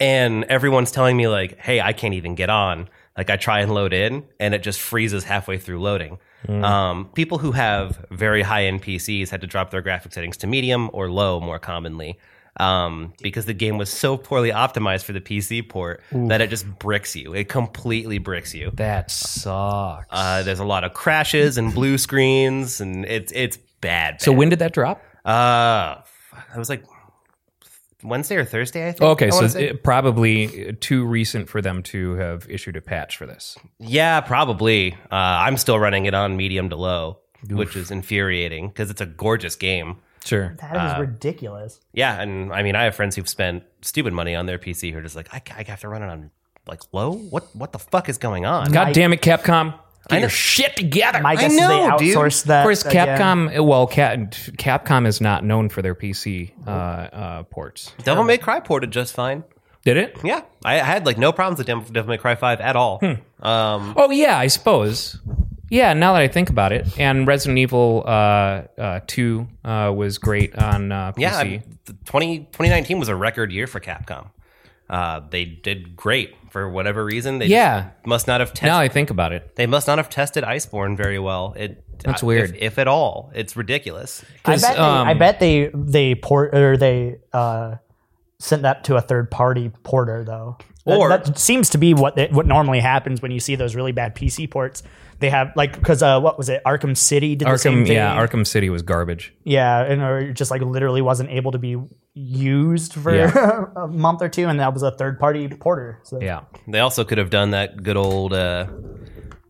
S1: and everyone's telling me like, "Hey, I can't even get on." Like I try and load in, and it just freezes halfway through loading.
S5: Mm.
S1: Um, people who have very high end PCs had to drop their graphic settings to medium or low more commonly. Um, because the game was so poorly optimized for the PC port that it just bricks you. It completely bricks you.
S5: That sucks.
S1: Uh, there's a lot of crashes and blue screens, and it's it's bad.
S5: so when did that drop?
S1: uh, it was like Wednesday or Thursday, I think.
S5: Okay,
S1: I
S5: so
S1: wanna
S5: it's
S1: say.
S5: it, probably too recent for them to have issued a patch for this.
S1: yeah, probably. Uh, I'm still running it on medium to low, which is infuriating because it's a gorgeous game.
S5: Sure.
S3: That is ridiculous.
S1: Yeah, and I mean, I have friends who've spent stupid money on their PC who are just like, I, ca- I have to run it on like low. What what the fuck is going on?
S5: God
S3: My-
S5: damn it, Capcom! Get
S1: know.
S5: your shit together.
S3: My guess
S1: know,
S3: is they
S1: dude.
S3: outsourced that.
S5: of course,
S3: again.
S5: Capcom. Well, Cap, Capcom is not known for their PC uh, uh, ports.
S1: Devil May Cry ported just fine.
S5: Did it?
S1: Yeah, I, I had like no problems with Dem- Devil May Cry Five at all. Um,
S5: Oh yeah, I suppose. Yeah, now that I think about it, and Resident Evil uh, uh, Two uh, was great on uh, PC.
S1: Yeah, I- the 20, 2019 was a record year for Capcom. Uh, they did great for whatever reason. They just
S5: Yeah.
S1: must not have
S5: now
S1: tested.
S5: I think about it,
S1: They must not have tested Iceborne very well. It
S5: That's
S1: uh,
S5: weird.
S1: if, if at all. It's ridiculous.
S3: I bet,
S5: um,
S3: they, I bet they they port or they uh, sent that to a third party porter though. That-
S1: Or-
S3: that, seems to be what they, what normally happens when you see those really bad PC ports. They have like because uh, what was it? Arkham City did the same
S5: Arkham.
S3: thing.
S5: Yeah, Arkham City was garbage.
S3: yeah, and or it just like literally wasn't able to be used for
S5: Yeah.
S3: a month or two, and that was a third party porter. So
S5: Yeah.
S1: They also could have done that good old. Uh,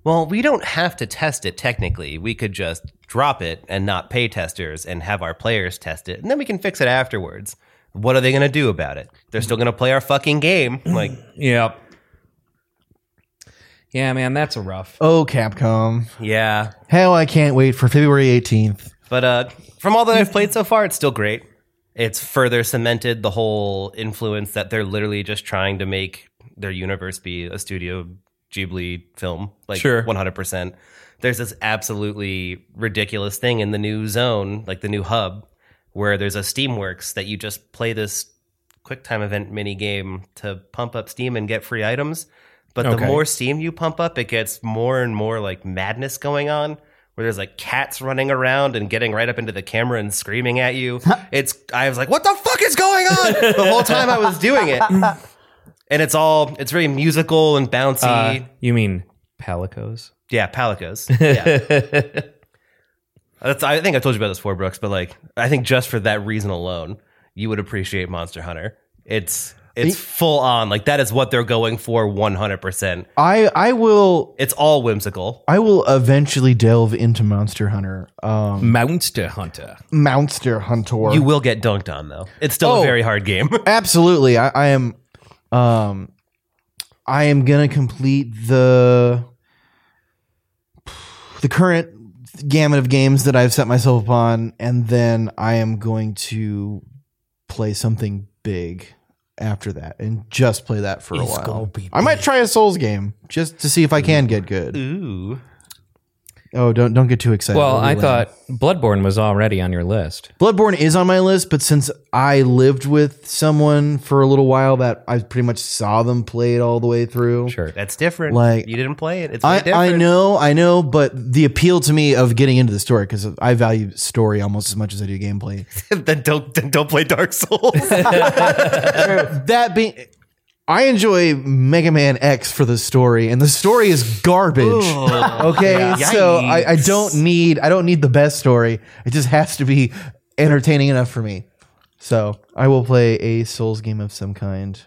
S1: well, we don't have to test it technically. We could just drop it and not pay testers and have our players test it, and then we can fix it afterwards. What are they going to do about it? They're still going to play our fucking game. Like,
S5: Yep. Yeah, man, that's a rough.
S6: oh Capcom,
S1: yeah,
S6: how I can't wait for February 18th.
S1: But uh, from all that I've played so far, it's still great. It's further cemented the whole influence that they're literally just trying to make their universe be a Studio Ghibli film, like
S5: Sure.
S1: 100%. There's this absolutely ridiculous thing in the new zone, like the new hub, where there's a Steamworks that you just play this QuickTime event mini game to pump up Steam and get free items. But the
S5: Okay.
S1: more Steam you pump up, it gets more and more like madness going on, where there's like cats running around and getting right up into the camera and screaming at you. It's I was like, what the fuck is going on? The whole time I was doing it. and it's all it's very musical and
S3: Oh,
S1: bouncy.
S5: Uh, You mean palicos?
S1: yeah, palicos. Yeah. That's, I think I told you about this for Brooks, but like I think just for that reason alone, you would appreciate Monster Hunter. It's it's full on like that is what they're going for one hundred percent.
S6: I I will
S1: It's all whimsical.
S6: I will eventually delve into Monster Hunter. Um,
S5: Monster Hunter.
S6: Monster Hunter.
S1: You will get dunked on though. It's still a
S6: Oh.
S1: very hard game.
S6: absolutely. I, I am. Um, I am gonna complete the the current gamut of games that I've set myself upon, and then I am going to play something big after that, and just play that for a while. I might try a Souls game just to see if I can get good.
S1: Ooh.
S6: Oh, don't don't get too excited.
S5: Well,
S6: It'll be
S5: I
S6: lame.
S5: thought Bloodborne was already on your list.
S6: Bloodborne is on my list, but since I lived with someone for a little while, that I pretty much saw them play it all the way through.
S5: Sure.
S1: That's different.
S6: Like-
S1: you didn't play it. It's very
S6: I,
S1: different.
S6: I know, I know, but the appeal to me of getting into the story because I value story almost as much as I do gameplay.
S1: then don't then don't play Dark Souls.
S6: that being, I enjoy Mega Man X for the story, and the story is garbage. okay, so I, I don't need I don't need the best story. It just has to be entertaining enough for me. So I will play a Souls game of some kind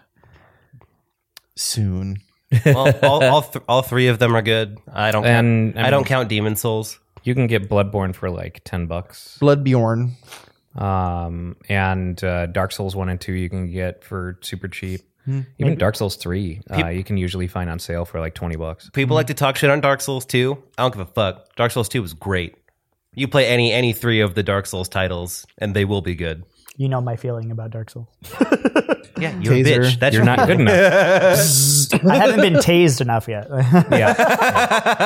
S6: soon.
S1: all, all, all, th- all three of them are good. I don't.
S5: And,
S1: I,
S5: I
S1: don't
S5: mean-
S1: count Demon Souls.
S5: You can get Bloodborne for like 10 bucks.
S6: Bloodborne.
S5: Um, and uh, Dark Souls 1 and 2 you can get for super cheap.
S3: Hmm.
S5: Even Dark Souls 3 uh, you can usually find on sale for like 20 bucks.
S1: People like to talk shit on Dark Souls 2. I don't give a fuck. Dark Souls 2 was great. You play any any three of the Dark Souls titles, and they will be good.
S3: You know my feeling about Dark Souls.
S1: Yeah, you're
S6: Taser.
S1: a bitch. That's
S5: You're
S1: your-
S5: not good enough.
S3: I haven't been tased enough yet.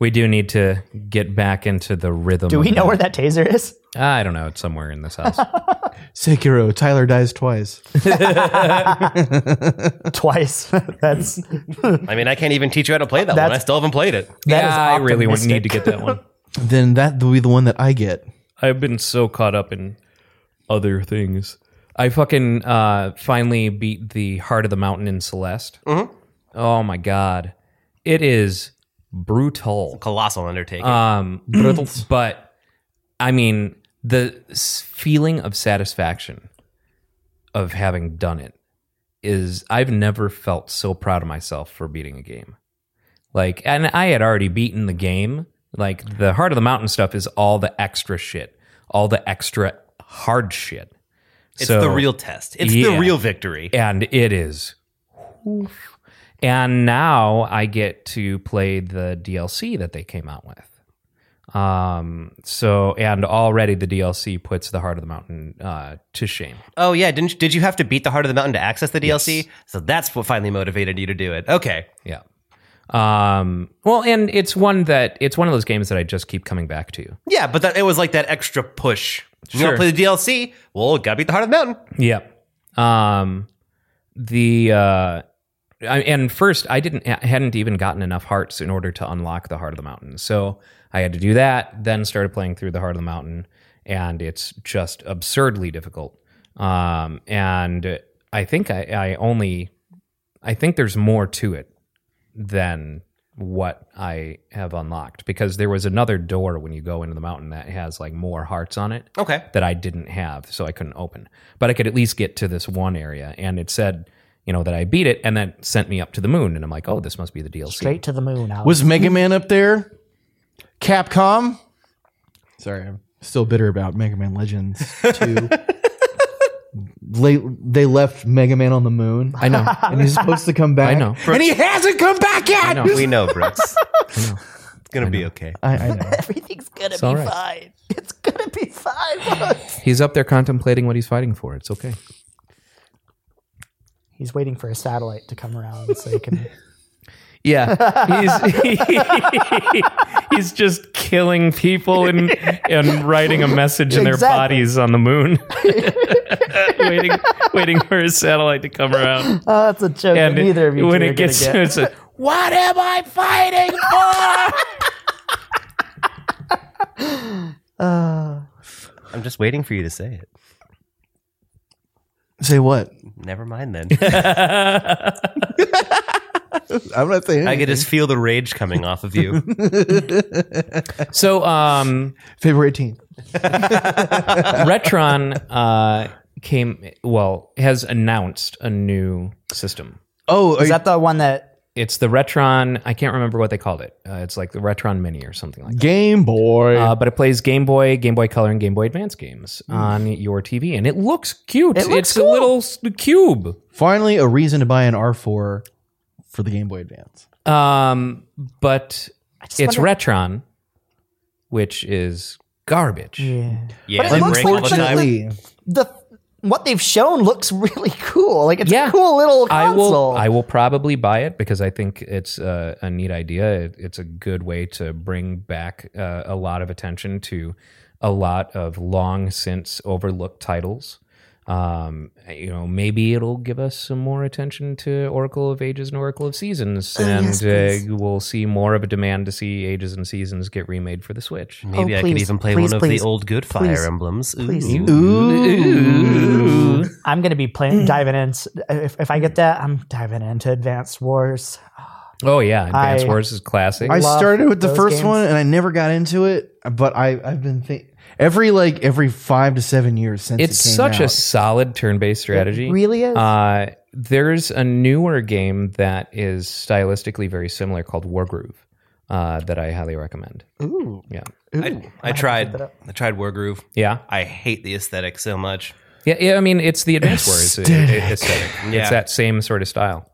S5: We do need to get back into the rhythm.
S3: Do we know where that taser is?
S5: I don't know. It's somewhere in this house.
S6: Sekiro. Tyler dies twice.
S3: Twice. That's that
S1: I mean, I can't even teach you how to play that one. I
S3: That's-
S1: still haven't played it.
S3: is
S5: I really want,
S3: optimistic.
S5: need to get that one.
S6: then that will be the one that I get.
S5: I've been so caught up in other things. I fucking uh, finally beat the Heart of the Mountain in Celeste. Oh my god, it is brutal.
S1: Colossal undertaking.
S5: Um, but I mean the s- feeling of satisfaction of having done it is I've never felt so proud of myself for beating a game. Like, and I had already beaten the game. Like, the Heart of the Mountain stuff is all the extra shit, all the extra hard shit.
S1: it's the real test. It's the
S5: yeah.
S1: real victory.
S5: And it is. Oof. And now I get to play the DLC that they came out with. Um, so, and already the DLC puts the Heart of the Mountain uh, to shame.
S1: Oh yeah, didn't you- did you have to beat the Heart of the Mountain to access the DLC? So that's what finally motivated you to do it. Okay,
S5: Yeah. Um, well, and it's one that it's one of those games that I just keep coming back to.
S1: yeah, but that, it was like that extra push. You
S5: Sure.
S1: want to play the DLC? Well, gotta beat the Heart of the Mountain.
S5: Yep. Um, the uh, I, and first I didn't I hadn't even gotten enough hearts in order to unlock the heart of the mountain, so I had to do that. Then started playing through the heart of the mountain, and it's just absurdly difficult. Um, and I think I, I only I think there's more to it than what I have unlocked because there was another door when you go into the mountain that has like more hearts on it
S1: Okay,
S5: that I didn't have, so I couldn't open. But I could at least get to this one area, and it said, you know, that I beat it, and then sent me up to the moon. And I'm like, oh, this must be the DLC.
S3: Straight to the moon. Alex.
S6: Was Mega Man up there? Capcom? Sorry, I'm still bitter about Mega Man Legends 2. they, they left Mega Man on the moon. I know. And he's supposed to come back.
S5: I know.
S6: And he hasn't come back yet! I know.
S1: we know, Brooks. It's gonna be okay.
S6: I, know.
S3: Everything's gonna
S5: all
S3: be
S5: right.
S3: fine. It's gonna be fine.
S5: He's up there contemplating what he's fighting for. It's okay.
S3: He's waiting for a satellite to come around so he can.
S5: Yeah, he's he's just killing people and and writing a message in their
S3: Exactly.
S5: bodies on the moon, waiting waiting for his satellite to come around.
S3: Oh, that's a joke. that
S5: And
S3: neither of you
S5: when
S3: two
S5: it
S3: are gonna
S5: gets,
S3: get.
S5: it's a, what am I fighting
S1: I'm just waiting for you to say it.
S6: Say what?
S1: Never mind then.
S6: I'm not saying.
S1: I could just feel the rage coming off of you.
S5: So, um,
S6: February 18th.
S5: Retron uh, came, well, has announced a new system.
S6: Oh, are
S3: Is
S6: you-
S3: that the one that
S5: It's the Retron, I can't remember what they called it. Uh, it's like the Retron Mini or something like that.
S6: Game Boy.
S5: Uh, but it plays Game Boy, Game Boy Color, and Game Boy Advance games on your TV, and it looks cute.
S3: Mm. It looks
S5: it's
S3: cool.
S5: a little s- cube.
S6: Finally, a reason to buy an R4 for the Game Boy Advance.
S5: Um, but
S3: just
S5: it's
S3: wonder-
S5: Retron, which is garbage.
S1: Yeah,
S3: it looks
S1: break all the time.
S6: Unfortunately,
S3: the what they've shown looks really cool? Like it's
S5: Yeah.
S3: a cool little
S5: I
S3: console.
S5: will. I will probably buy it because I think it's a, a neat idea. It, it's a good way to bring back uh, a lot of attention to a lot of long since overlooked titles. Um, you know, maybe it'll give us some more attention to Oracle of Ages and Oracle of Seasons,
S3: Oh,
S5: and uh, we'll see more of a demand to see Ages and Seasons get remade for the Switch.
S1: Maybe I could
S3: Oh, please,
S1: even play
S3: please,
S1: one of
S3: please,
S1: the old good fire
S3: please,
S1: emblems. Ooh.
S3: please. I'm gonna be playing
S5: Mm.
S3: diving in. If, if I get that, I'm diving into Advanced Wars.
S5: Oh yeah, Advance
S3: I-
S5: Wars is classic.
S6: I
S3: love
S6: started with the
S3: those
S6: first
S3: games.
S6: one and I never got into it, but I, I've been think every like every five to seven years since
S5: it's
S6: it came
S5: such a
S6: out.
S5: solid turn-based strategy.
S3: really is.
S5: Uh, there's a newer game that is stylistically very similar called Wargroove uh, that I highly recommend.
S3: Ooh,
S5: Yeah,
S1: I, I tried. I tried Wargroove.
S5: yeah,
S1: I hate the aesthetic so much.
S5: yeah. yeah I mean, it's the Advance Wars uh, aesthetic. It's
S1: Yeah.
S5: that same sort of style.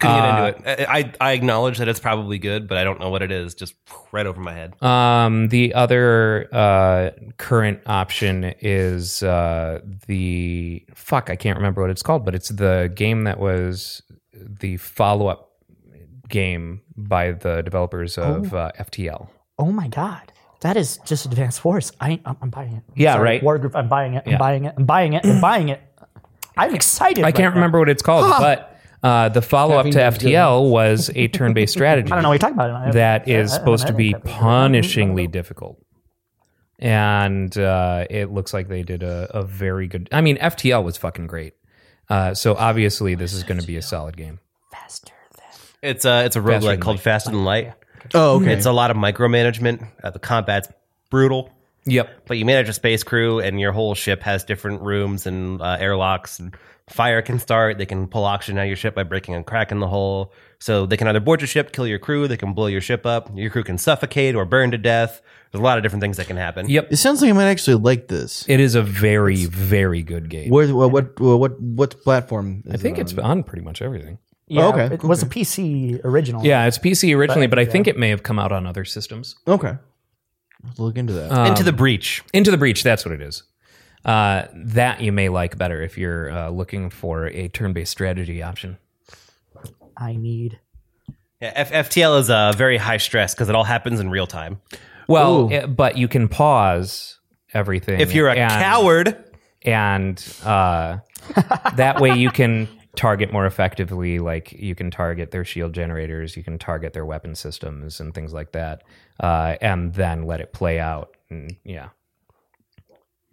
S1: Couldn't get into it. I, I I acknowledge that it's probably good, but I don't know what it is. Just right over my head.
S5: Um, the other uh, current option is uh, the fuck. I can't remember what it's called, but it's the game that was the follow-up game by the developers of uh, FTL.
S3: oh my god, that is just Advanced Wars. I I'm, I'm buying it.
S5: Yeah, right.
S3: War group. I'm buying it. I'm buying it. I'm buying it. I'm buying it. I'm excited.
S5: I can't remember what it's called, but uh, the follow up to FTL was a turn based strategy
S3: I don't know what you're talking about.
S5: that is
S3: I- I-
S5: supposed
S3: I
S5: to
S3: think
S5: be
S3: that-
S5: punishingly difficult. And uh, it looks like they did a, a very good. I mean, FTL was fucking great. Uh, so obviously, this is going to be a solid game.
S3: faster than
S1: It's a it's a roguelike
S5: than
S1: called Fast and Light.
S6: oh okay.
S1: It's a lot of micromanagement. Uh, the combat's brutal,
S5: Yep.
S1: but you manage a space crew, and your whole ship has different rooms and uh, airlocks. And fire can start. They can pull oxygen out of your ship by breaking a crack in the hull. So they can either board your ship, kill your crew. They can blow your ship up. Your crew can suffocate or burn to death. There's a lot of different things that can happen.
S5: Yep.
S6: it sounds like I might actually like this.
S5: It is a very, very good game.
S6: Where, what, what what what platform? Is
S5: I think
S6: it
S5: it's on pretty much everything.
S3: Yeah,
S6: okay,
S3: It was a PC original.
S5: Oh, Yeah, it's PC originally, but I think it may have come out on other systems.
S6: on? okay. Let's look into that.
S5: Uh,
S1: Into the breach.
S5: Into the Breach, that's what it is. Uh, that you may like better if you're uh, looking for a turn based strategy option.
S3: I need.
S1: Yeah, F- FTL is uh, very high stress because it all happens in real time.
S5: Well,
S6: Ooh.
S5: eh, but you can pause everything.
S1: If you're a
S5: and-
S1: coward,
S5: And uh, that way you can target more effectively. Like you can target their shield generators, you can target their weapon systems, and things like that. Uh, and then let it play out. And, yeah.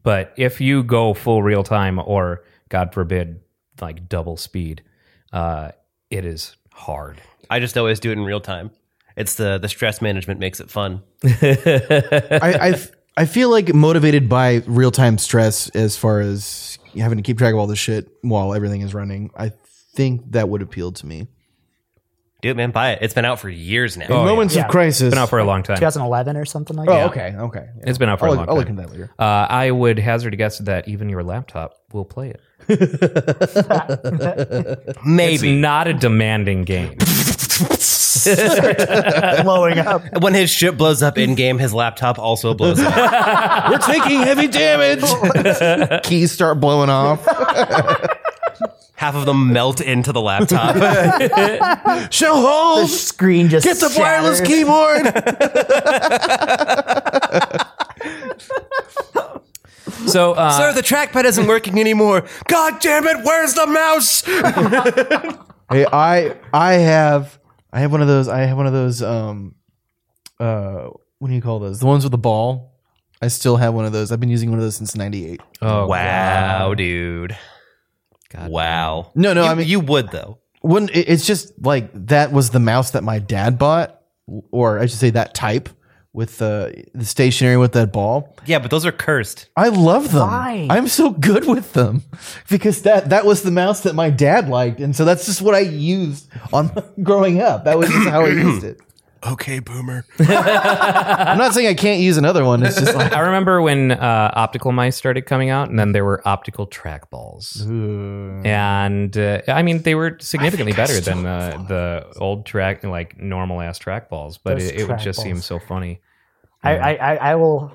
S5: But if you go full real time or, God forbid, like double speed, uh, it is hard.
S1: I just always do it in real time. It's the the stress management makes it fun.
S6: I, I f- I feel like motivated by real time stress as far as having to keep track of all this shit while everything is running. I think that would appeal to me.
S1: Dude, man, buy it. It's been out for years now.
S6: Moments
S3: Yeah.
S6: of crisis.
S5: It's Oh, been out for a long time.
S3: 2011 or something like
S6: oh,
S3: that.
S6: okay, okay. Yeah.
S5: It's been out for
S6: I'll,
S5: a
S6: look-
S5: long
S6: I'll
S5: time.
S6: look into that later.
S5: Uh, I would hazard a guess that even your laptop will play it.
S1: Maybe
S5: It's not a demanding game.
S3: Blowing up.
S1: when his ship blows up in game, his laptop also blows up.
S6: We're taking heavy damage. Keys start blowing off.
S1: Half of them melt into the laptop.
S6: Show holes.
S3: Screen just
S6: Get the wireless
S3: shatters.
S6: keyboard.
S5: So, uh,
S1: Sir, the trackpad isn't working anymore. God damn it! Where's the mouse?
S6: hey, I I have I have one of those. I have one of those. Um, uh, what do you call those? The ones with the ball.
S1: Oh,
S6: I still have one of those. I've been using one of those since '98.
S5: oh,
S1: wow, dude. Wow.
S6: No, no,
S1: You-
S6: I mean-
S1: you would though.
S6: When it- it's just like that was the mouse that my dad bought, or I should say that type with the the stationary with that ball.
S1: Yeah, but those are cursed.
S6: I love them.
S3: Why?
S6: I'm so good with them because that that was the mouse that my dad liked, and so that's just what I used on growing up. That was just how I used it.
S1: Okay, boomer.
S6: I'm not saying I can't use another one. It's just like
S5: I remember when uh, optical mice started coming out, and then there were optical trackballs, and uh, I mean they were significantly better than uh, the old track, like normal ass trackballs. But
S3: Those
S5: it, it would just
S3: trackballs.
S5: seem so funny.
S3: I, I, I, I will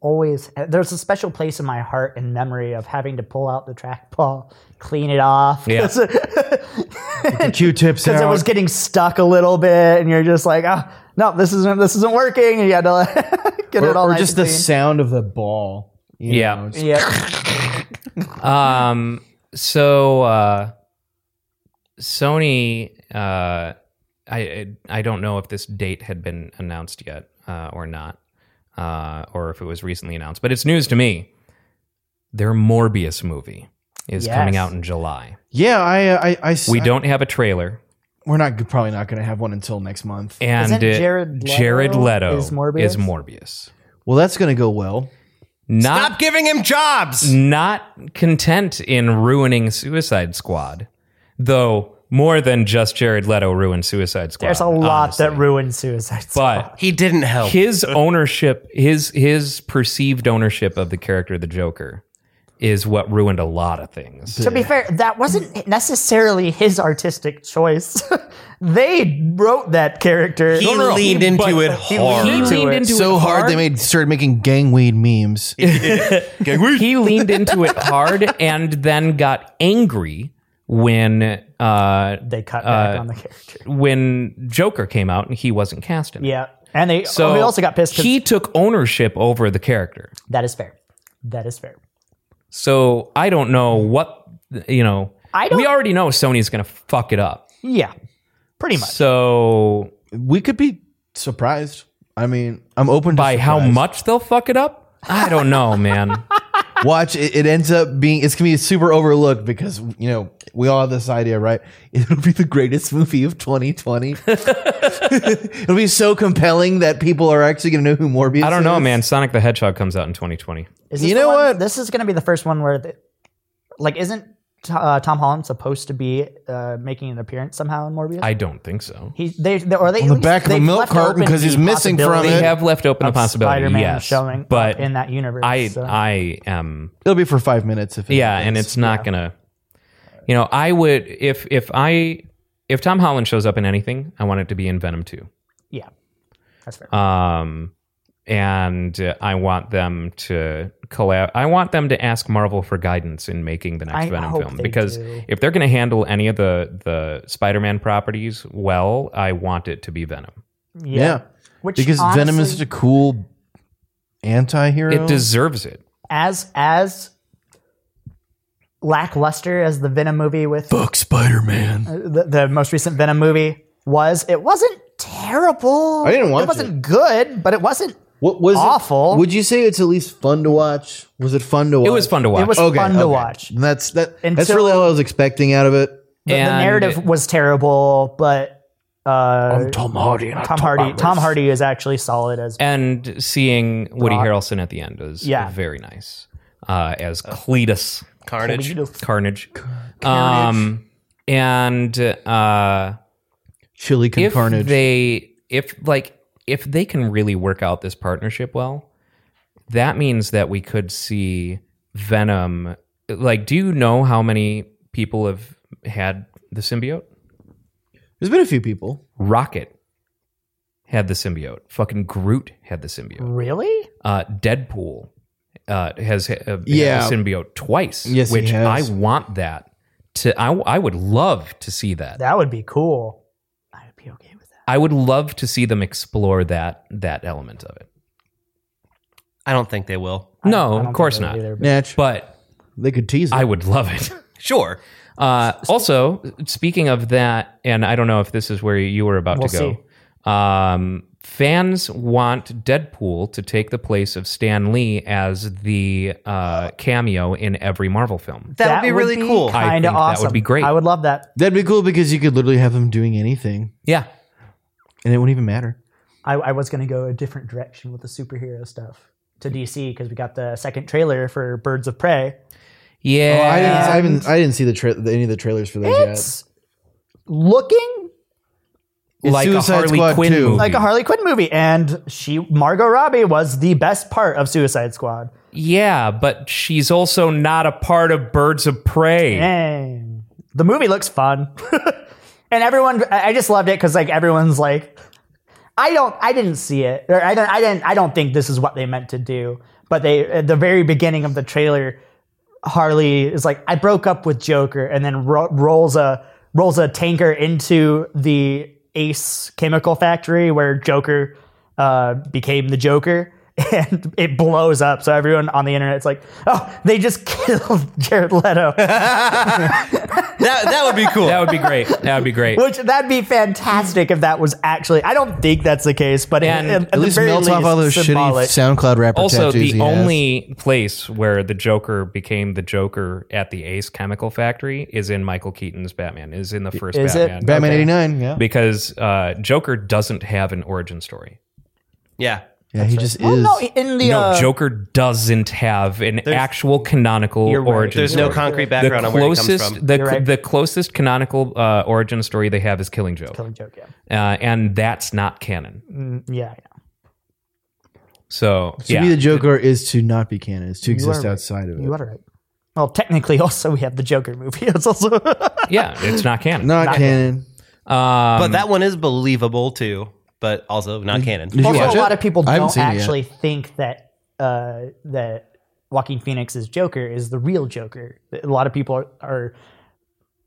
S3: always. There's a special place in my heart and memory of having to pull out the trackball, clean it off.
S5: Yeah.
S6: Q-tips
S3: because it
S6: out.
S3: was getting stuck a little bit, and you're just like, oh, no, this isn't this isn't working. And you had to like, get
S6: or,
S3: it all
S6: or
S3: nice
S6: just
S3: and
S6: the
S3: clean.
S6: sound of the ball. you
S5: Yeah.
S6: know, it's-
S3: yeah.
S5: Um, so uh, Sony, uh, I I don't know if this date had been announced yet uh, or not, uh, or if it was recently announced. But it's news to me. Their Morbius movie is
S3: Yes.
S5: coming out in July.
S6: yeah. I, uh, I, I, s-
S5: We don't have a trailer,
S6: We're not probably not going to have one until next month.
S5: and
S3: Isn't
S5: it-
S3: Jared Leto
S5: Jared Leto
S3: is Morbius?
S5: Is Morbius.
S6: Well, that's going to go well.
S5: Not
S1: Stop giving him jobs.
S5: not content in ruining Suicide Squad, though more than just Jared Leto ruined Suicide Squad.
S3: There's a lot
S5: honestly.
S3: that ruined Suicide Squad.
S5: but
S1: He didn't help.
S5: his ownership, his his perceived ownership of the character of the Joker, is what ruined a lot of things.
S3: to be fair, that wasn't necessarily his artistic choice. they wrote that character.
S1: he leaned into it hard.
S5: He leaned into
S6: So
S5: it
S6: hard, they made started making gang weed memes.
S5: he leaned into it hard and then got angry when uh
S3: they cut back
S5: Uh,
S3: on the character.
S5: when Joker came out and he wasn't cast in it.
S3: Yeah, and they
S5: So
S3: oh, he also got pissed. 'cause-
S5: He took ownership over the character.
S3: that is fair. That is fair.
S5: So I don't know what you know.
S3: I don't-
S5: we already know Sony's going to fuck it up.
S3: Yeah, pretty much.
S5: So
S6: We could be surprised. I mean, I'm open to
S5: by how
S6: surprise.
S5: much they'll fuck it up, I don't know, man.
S6: Watch it, it ends up being it's gonna be super overlooked because you know we all have this idea, right? It'll be the greatest movie of 2020. It'll be so compelling that people are actually gonna know who Morbius.
S5: I don't know,
S6: is.
S5: man. Sonic the Hedgehog comes out in 2020.
S3: Is this
S6: You
S3: the
S6: know
S3: one-
S6: what?
S3: This is going to be the first one where, the, like, isn't uh, Tom Holland supposed to be uh, making an appearance somehow in Morbius?
S5: I don't think so.
S3: he, they, they, or they
S6: On
S3: at
S6: the
S3: least
S6: back of the
S3: they've
S6: milk
S3: left
S6: carton
S3: open
S6: 'cause he's
S3: the
S6: missing from
S3: possibility
S6: it.
S5: They have left open the
S3: of
S5: possibility,
S3: Spider-Man
S5: yes,
S3: showing up
S5: but
S3: in that universe.
S5: I,
S3: so.
S5: I am
S6: It'll be for five minutes if it
S5: yeah
S6: is.
S5: and it's not gonna you know i would if if i if tom holland shows up in anything i want it to be in venom 2
S3: yeah, that's fair.
S5: um and uh, i want them to collab i want them to ask marvel for guidance in making the next
S3: I
S5: venom
S3: hope
S5: film
S3: they
S5: because
S3: do.
S5: if they're gonna handle any of the the spider-man properties well i want it to be venom
S6: yeah,
S3: Which
S6: because Venom is such
S3: honestly,
S6: a cool anti-hero.
S5: it deserves it
S3: as as lackluster as the Venom movie with
S6: Fuck Spider-Man.
S3: the, the most recent Venom movie was. It wasn't terrible.
S6: I didn't watch
S3: It wasn't good, but it wasn't.
S6: What was it-
S3: Awful.
S6: Would you say it's at least fun to watch? Was it fun to watch?
S5: it was fun to watch
S3: It was fun to watch.
S6: And that's that. that's
S3: Until-
S6: really all I was expecting out of it.
S3: the, the
S5: And-
S3: narrative was terrible, but uh, Tom Hardy. Tom Hardy. Tom Hardy is actually solid as
S5: and seeing Woody Harrelson at the end is
S3: Yeah.
S5: very nice uh, as Cletus
S1: Carnage.
S5: Carnage. Um, and uh,
S6: Chili con
S5: if
S6: carnage.
S5: they if like if they can really work out this partnership well, that means that we could see Venom. Like, do you know how many people have had the symbiote?
S6: There's been a few people.
S5: Rocket had the symbiote. Fucking Groot had the symbiote.
S3: really.
S5: uh, Deadpool uh, has uh,
S6: Yeah.
S5: had a symbiote twice,
S6: Yes, he
S5: which
S6: has.
S5: I want that to. I, I would love to see that.
S3: That would be cool. I'd be okay with that.
S5: I would love to see them explore that that element of it.
S1: I don't think they will.
S3: I
S5: no,
S3: don't
S5: of
S3: think
S5: course
S3: I would
S5: not.
S3: either, but
S6: Natch.
S5: But
S6: They could tease it.
S5: I would love it.
S1: Sure.
S5: Uh, also, speaking of that, and I don't know if this is where you were about
S3: We'll
S5: to go.
S3: see.
S5: Um, fans want Deadpool to take the place of Stan Lee as the uh, cameo in every Marvel film.
S1: That, would be really cool.
S5: I
S3: Kind
S5: think that
S3: of
S5: would
S3: awesome.
S5: be great.
S3: I would love that.
S6: That'd be cool because you could literally have him doing anything
S5: Yeah.
S6: and it wouldn't even matter.
S3: I, I was going to go a different direction with the superhero stuff to DC because we got the second trailer for Birds of Prey.
S5: Yeah.
S6: Oh, I, didn't, I, haven't, I didn't see the tra- the- any of the trailers for those yet.
S3: It's looking
S6: It's
S5: like a
S6: Suicide
S5: Harley
S6: Squad
S5: Quinn
S6: 2.
S5: movie.
S3: like a Harley Quinn movie, and she Margot Robbie was the best part of Suicide Squad.
S5: yeah, but she's also not a part of Birds of Prey.
S3: Dang. The movie looks fun. and everyone I I just loved it cuz like everyone's like I don't I didn't see it. Or I don't I didn't I don't think this is what they meant to do. But they at the very beginning of the trailer Harley is like I broke up with Joker and then ro- rolls a rolls a tanker into the Ace chemical factory where Joker uh, became the Joker and it blows up. So everyone on the internet's like, "Oh, they just killed Jared Leto."
S1: That, that would be cool.
S5: That would be great. That would be great.
S3: Which that'd be fantastic if that was actually. I don't think that's the case, but
S5: And
S3: at,
S6: At least
S3: the very
S6: melt off
S3: least,
S6: all those
S3: symbolic.
S6: shitty SoundCloud rapper
S5: also the
S6: tattoos he has.
S5: only place where the joker became the joker at the ace chemical factory is in michael keaton's batman is in the first
S3: Is it?
S5: batman
S6: Batman 89, yeah.
S5: because uh, joker doesn't have an origin story
S1: yeah.
S6: Yeah, he just
S3: Well,
S6: is.
S3: Oh, no, in the
S5: no
S3: uh,
S5: joker doesn't have an actual canonical origin
S1: There's
S5: story
S1: no concrete
S5: the
S1: background on where it comes
S5: closest,
S1: from.
S5: the,
S3: You're right.
S5: the closest canonical uh, origin story they have is Killing Joke,
S3: Killing joke, yeah,
S5: uh, and that's not canon.
S3: Mm, yeah, yeah.
S5: So,
S6: to
S5: yeah,
S6: be the Joker is to not be canon, is to exist
S3: are right.
S6: outside of it.
S3: You are right. Well, technically, also we have the Joker movie. It's also
S5: yeah, it's not canon.
S6: Not, canon.
S5: Um,
S1: But that one is believable too, but also not canon.
S6: Did you
S3: also
S6: watch
S3: a lot
S6: it?
S3: of people
S6: I haven't
S3: don't
S6: seen it yet.
S3: actually think that uh, that Joaquin Phoenix's Joker is the real Joker. A lot of people are, are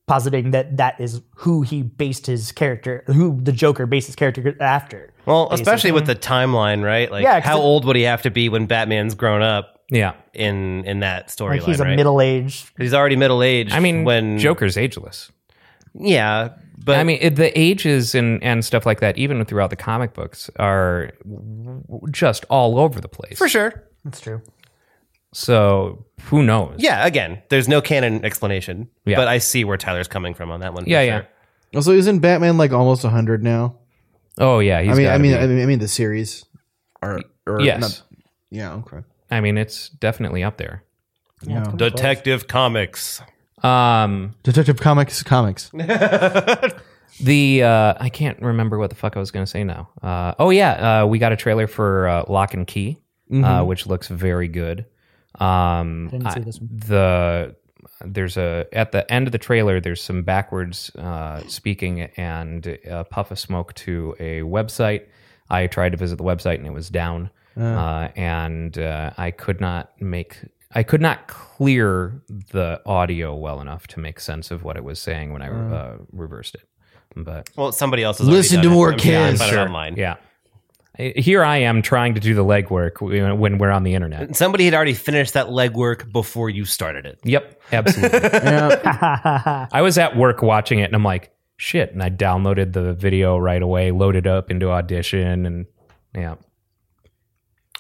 S3: positing that that is who he based his character, who the Joker based his character after.
S1: Well, especially with the timeline, right? Like,
S3: Yeah, 'cause
S1: how
S3: it-
S1: old would he have to be when Batman's grown up
S5: yeah,
S1: in in that
S3: Like
S1: storyline?
S3: he's a
S1: right?
S3: middle aged
S1: He's already middle aged.
S5: I mean,
S1: when
S5: Joker's ageless.
S1: yeah, but
S5: I mean, it, the ages and, and stuff like that, even throughout the comic books, are just all over the place.
S1: for sure,
S3: That's true.
S5: So who knows?
S1: yeah. Again, there's no canon explanation,
S5: Yeah.
S1: but I see where Tyler's coming from on that one. for
S5: Yeah,
S1: sure.
S5: yeah.
S6: Also, isn't Batman like almost 100 now?
S5: Oh yeah. He's
S6: I mean, I
S5: gotta
S6: mean,
S5: be-
S6: I mean, I mean, the series. Or, or
S5: yes.
S6: not- yeah. Okay.
S5: I mean, it's definitely up there.
S6: Yeah.
S1: Detective Comics.
S5: Um,
S6: Detective Comics, comics.
S5: the uh, I can't remember what the fuck I was gonna say now. Uh, oh yeah, uh, we got a trailer for uh, Lock and Key, uh, which looks very good. Um,
S3: Mm-hmm. Didn't see
S5: I-
S3: this one.
S5: the there's a at the end of the trailer there's some backwards uh, speaking and a puff of smoke to a website i tried to visit the website and it was down
S3: Oh.
S5: uh, and uh, i could not make i could not clear the audio well enough to make sense of what it was saying when i
S3: Oh.
S5: uh, reversed it but
S1: Well, somebody else has already
S6: Listen
S1: done
S6: to
S1: it.
S6: more
S1: I'm sure you can
S6: kids.
S1: find it
S6: Sure.
S1: online.
S5: yeah I- here i am trying to do the legwork when when we're on the internet
S1: Somebody had already finished that legwork before you started it.
S5: yep absolutely
S6: Yeah.
S5: I was at work watching it and I'm like, shit. And I downloaded the video right away, loaded up into Audition. And yeah,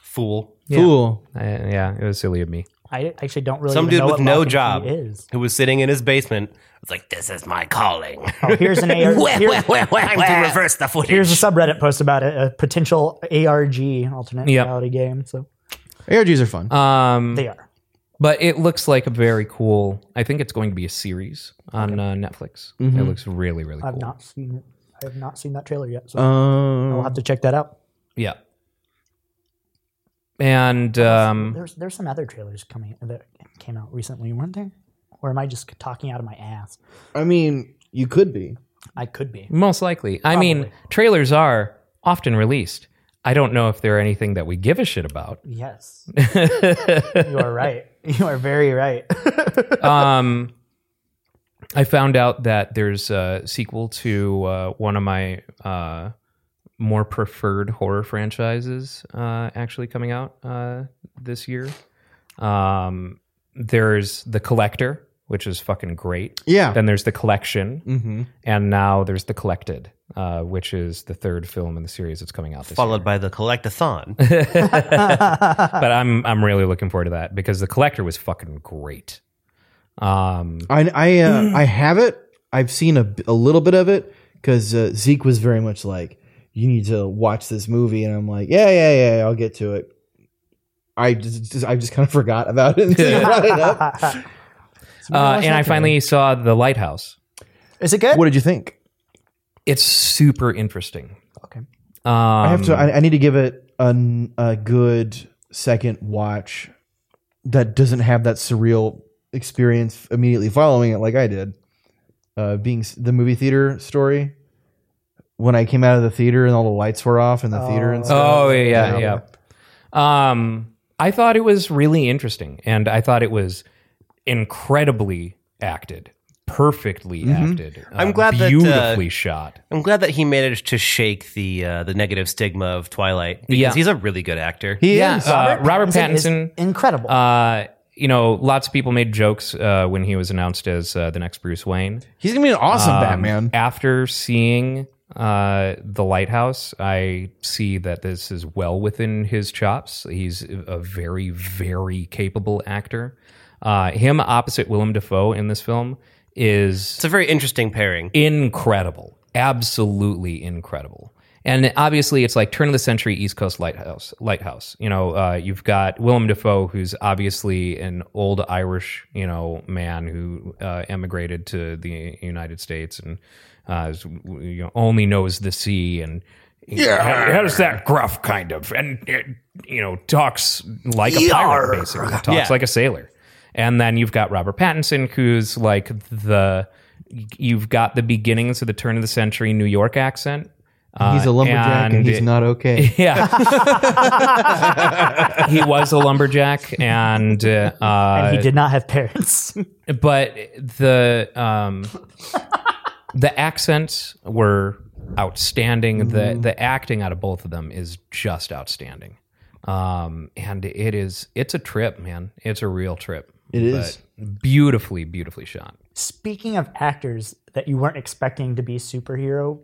S1: Fool.
S6: Cool.
S5: I, yeah, it was silly of me.
S3: I actually don't really.
S1: Some
S3: even
S1: dude
S3: know
S1: with
S3: what
S1: no
S3: Lock and Key
S1: job.
S3: is.
S1: Who was sitting in his basement? It's like this is my calling.
S3: Oh, here's an AR, here-
S1: Time to reverse the footage.
S3: here's a subreddit post about it, a potential ARG alternate
S5: Yep.
S3: reality game. So
S6: ARGs are fun.
S5: Um,
S3: they are.
S5: but it looks like a very cool, I think it's going to be a series on uh, Netflix. It looks really, really
S3: Mm-hmm. I've
S5: cool.
S3: not seen it. I have not seen that trailer yet. So
S6: Um,
S5: Uh,
S3: I'll have to check that out.
S5: Yeah. And um,
S3: There's there's some other trailers coming that came out recently, weren't there? Or am I just talking out of my ass?
S6: I mean, you could be.
S3: I could be.
S5: most likely, I mean, trailers are often released. I don't know if they're anything that we give a shit about.
S3: Yes, you are right. You are very right.
S5: um, I found out that there's a sequel to uh, one of my uh, more preferred horror franchises uh, actually coming out uh, this year. Um, there's The Collector, which is fucking great.
S6: Yeah.
S5: Then there's the collection, mm-hmm. and now there's the collected, uh, which is the third film in the series that's coming out this year.
S1: Followed by the collectathon.
S5: But I'm I'm really looking forward to that because the collector was fucking great. Um,
S6: I I, uh, I have it. I've seen a, a little bit of it because uh, Zeke was very much like, "You need to watch this movie," and I'm like, "Yeah, yeah, yeah, I'll get to it." I just, just- I just kind of forgot about it. until you brought it up.
S5: uh, and I finally saw the lighthouse.
S3: Is it good?
S6: What did you think?
S5: It's super interesting.
S3: Okay.
S5: Um,
S6: I have to. I, I need to give it an, a good second watch that doesn't have that surreal experience immediately following it, like I did. Uh, being s- the movie theater story, when I came out of the theater and all the lights were off in the theater and stuff.
S5: Oh yeah, yeah, yeah. Um, I thought it was really interesting, and I thought it was incredibly acted, perfectly acted.
S1: I'm
S5: uh,
S1: glad that, uh,
S5: beautifully shot.
S1: I'm glad that he managed to shake the uh, the negative stigma of Twilight because
S5: Yeah.
S1: he's a really good actor.
S6: He
S5: Yeah,
S6: is.
S5: uh, Robert
S3: is
S5: Pattinson.
S3: incredible.
S5: Uh, you know, lots of people made jokes uh, when he was announced as uh, the next Bruce Wayne.
S6: He's gonna be an awesome
S5: Um,
S6: Batman.
S5: After seeing uh, the lighthouse, I see that this is well within his chops. He's a very, very capable actor. Uh, him opposite Willem Dafoe in this film is
S1: It's a very interesting pairing.
S5: incredible, absolutely incredible. And obviously, it's like turn of the century East Coast lighthouse. Lighthouse, you know, uh, you've got Willem Dafoe, who's obviously an old Irish, you know, man who uh, emigrated to the United States and uh, is, you know, only knows the sea and yeah, has that gruff kind of, and it, you know, talks like a pirate, basically, talks like a sailor. And then you've got Robert Pattinson, who's like the you've got the beginnings of the turn of the century New York accent.
S6: he's a lumberjack uh, and, he's not okay.
S5: Yeah, he was a lumberjack, and uh,
S3: and he did not have parents.
S5: but the um, the accents were outstanding.
S3: Mm-hmm.
S5: The the acting out of both of them is just outstanding. Um, and it is it's a trip, man. It's a real trip.
S6: It is.
S5: But beautifully, beautifully shot.
S3: Speaking of actors that you weren't expecting to be superhero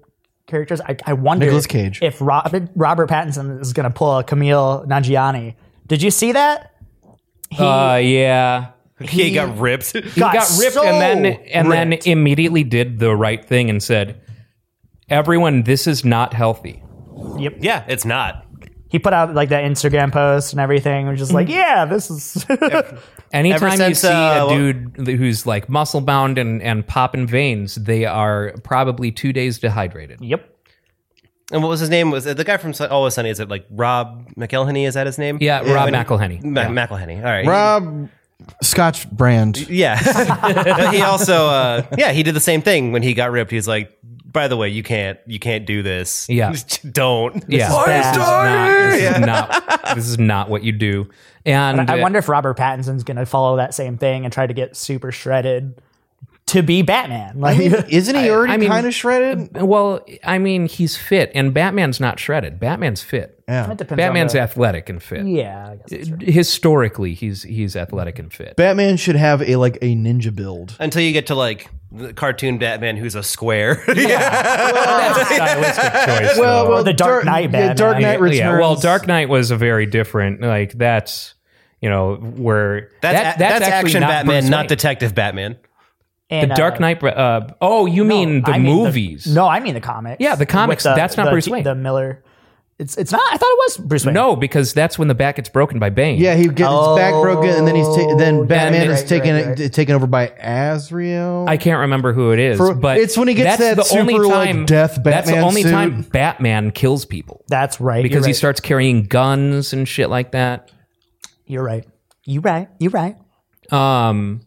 S3: characters, I, I wonder
S6: Nicolas Cage.
S3: if Robert, Robert Pattinson is going to pull a Camille Nanjiani. Did you see that? He
S5: Uh, yeah.
S1: He, got ripped.
S5: got, ripped
S3: so
S5: and then and
S3: ripped.
S5: then immediately did the right thing and said, "Everyone, this is not healthy."
S1: yeah, it's not.
S3: he put out like that Instagram post and everything, which is like, yeah, this is
S5: Anytime
S1: since,
S5: you see
S1: uh,
S5: a
S1: well-
S5: dude th- who's like muscle bound and and popping veins, they are probably two days dehydrated.
S3: yep.
S1: And what was his name? Was it the guy from Sun- Always Sunny? Is it like Rob McElhenney? Is that his name?
S5: Yeah, Rob
S1: when-
S5: McElhenney.
S1: Ma- McElhenney. All right.
S6: Rob Scotch brand.
S1: Yeah. but he also uh yeah, he did the same thing when he got ripped. He's like, by the way, you can't you can't do this.
S5: Yeah.
S1: Just Don't.
S5: Yeah,
S3: bad.
S5: this is, not, this, is not, this is not what you do. And
S3: I
S5: uh,
S3: wonder if Robert Pattinson's going to follow that same thing and try to get super shredded to be Batman. Like,
S6: Isn't he already
S5: I mean-
S6: kind of shredded?
S5: uh, Well, I mean, he's fit, and Batman's not shredded. Batman's fit.
S6: Yeah.
S3: it depends on
S5: Batman's
S3: the-
S5: athletic and fit.
S3: yeah. I guess that's right.
S5: Historically, he's he's athletic and fit.
S6: Batman should have a like a ninja build.
S1: Until you get to like the cartoon Batman who's a square. yeah.
S5: choice.
S6: Well, well,
S3: the Dark Knight Batman.
S6: Dark Knight Returns.
S5: yeah. Well, Dark Knight was a very different. Like that's you know where
S1: That's
S5: that-
S1: that's,
S5: actually
S1: action
S5: not
S1: Batman,
S5: Bruce
S1: not
S5: Wayne.
S1: Detective Batman.
S5: the
S3: And, uh,
S5: Dark Knight. Uh, oh, you
S3: no,
S5: mean the
S3: I
S5: movies?
S3: no, I mean the comics.
S5: Yeah, the
S3: With
S5: comics, that's not
S3: the,
S5: Bruce Wayne.
S3: The Miller. It's it's not. I thought it was Bruce Wayne.
S5: no, because that's when the back gets broken by Bane.
S6: Yeah, he gets his back broken, and then he's ta- then Batman
S5: right,
S6: is taken
S3: right, right.
S6: taken over by Azrael.
S5: I can't remember who it is,
S6: For-
S5: but
S6: it's when he gets
S5: that's
S6: that
S5: the only
S6: super, like,
S5: time,
S6: death
S5: That's the
S6: Batman
S5: only
S6: suit.
S5: time Batman kills people
S3: that's right.
S5: because
S3: you're
S5: he
S3: right.
S5: starts carrying guns and shit like that.
S3: You're right. You're right. You're right.
S5: Um,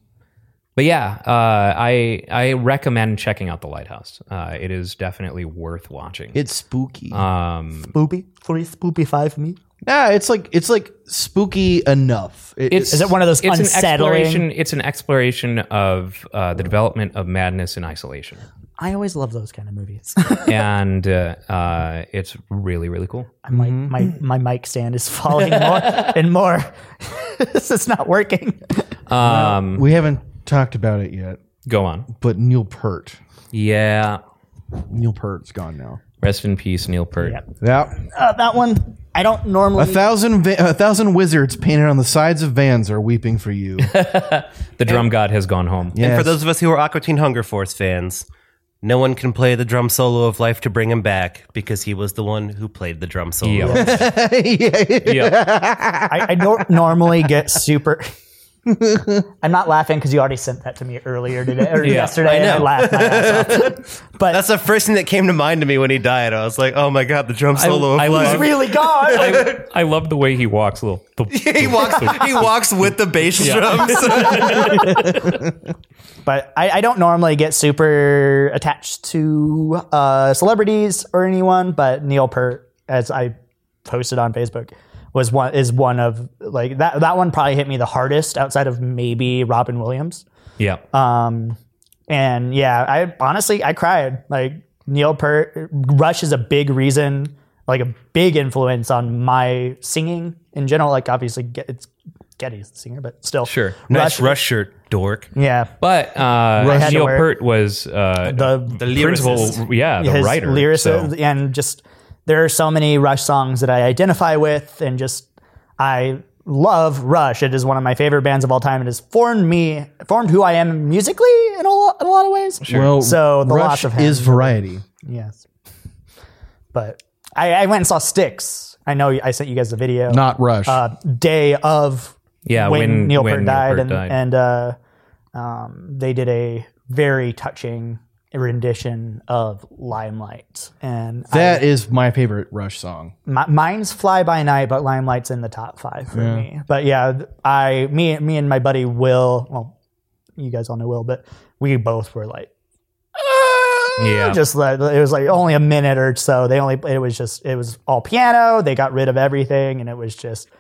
S5: but yeah, uh, I I recommend checking out the Lighthouse. Uh, it is definitely worth watching.
S6: it's spooky.
S5: um,
S3: Spoopy three, spoopy five. Me.
S6: nah, it's like it's like spooky enough. It-
S5: it's,
S3: Is it one of those
S5: it's
S3: unsettling-
S5: An exploration, it's an exploration of uh, the development of madness in isolation,
S3: I always love those kind of movies.
S5: and uh, uh, it's really really cool.
S3: I'm like
S5: Mm-hmm.
S3: my my mic stand is falling more and more. this is not working.
S5: Um,
S6: we haven't talked about it yet,
S5: Go on.
S6: but Neil Pert,
S5: Yeah.
S6: Neil Pert's gone now.
S5: Rest in peace, Neil Peart.
S6: Yeah,
S3: Uh, that one, I don't normally.
S6: a thousand va- a thousand wizards painted on the sides of vans are weeping for you.
S5: The drum god has gone home.
S6: Yes.
S1: And for those of us who are Aqua Teen Hunger Force fans, no one can play the drum solo of Life to bring him back because he was the one who played the drum solo.
S5: Yeah.
S3: I, I don't normally get super. I'm not laughing because you already sent that to me earlier today or yesterday. and I
S1: know.
S3: laughed my ass off. But
S1: That's the first thing that came to mind to me when he died. I was like, oh my god, the drum solo
S5: I
S1: of
S5: love-
S1: Life.
S3: it's really gone.
S5: I love the way he walks. Little.
S1: he walks. He walks with the bass drums.
S3: but I, I don't normally get super attached to uh, celebrities or anyone. But Neil Peart, as I posted on Facebook, was one is one of like that. That one probably hit me the hardest, outside of maybe Robin Williams.
S5: Yeah.
S3: Um, and yeah, I honestly I cried. Like Neil Peart, Rush is a big reason, like a big influence on my singing in general. Like obviously, Ge- it's Getty's the singer, but still,
S5: Sure.
S1: nice rush shirt, dork.
S3: Yeah,
S5: But uh,
S3: had to
S5: Neil
S3: wear-
S5: Peart was uh,
S3: the
S1: The lyricist.
S5: principal. Yeah, the
S3: his
S5: writer.
S3: lyricist,
S5: so-
S3: and just there are so many Rush songs that I identify with, and just I love Rush. It is one of my favorite bands of all time. It has formed me, formed who I am musically in a, lo- in a lot of ways.
S6: well,
S3: So the
S6: Rush
S3: loss of him.
S6: is variety.
S3: Yes. But I, I went and saw Sticks. I know I sent you guys the video.
S6: Not Rush.
S3: uh, day of
S5: Yeah,
S3: when,
S5: when-
S3: Neil
S5: when
S3: Peart
S5: Neil
S3: died,
S5: Peart
S3: and,
S5: died.
S3: and uh, um, they did a very touching rendition of Limelight. And I-
S6: that is my favorite Rush song.
S3: my, mine's Fly By Night, but Limelight's in the top five for me. But yeah, th- I me me and my buddy Will. Well, you guys all know Will, but we both were like.
S5: Yeah.
S3: just like it was like only a minute or so. They only it was just it was all piano. They got rid of everything, and it was just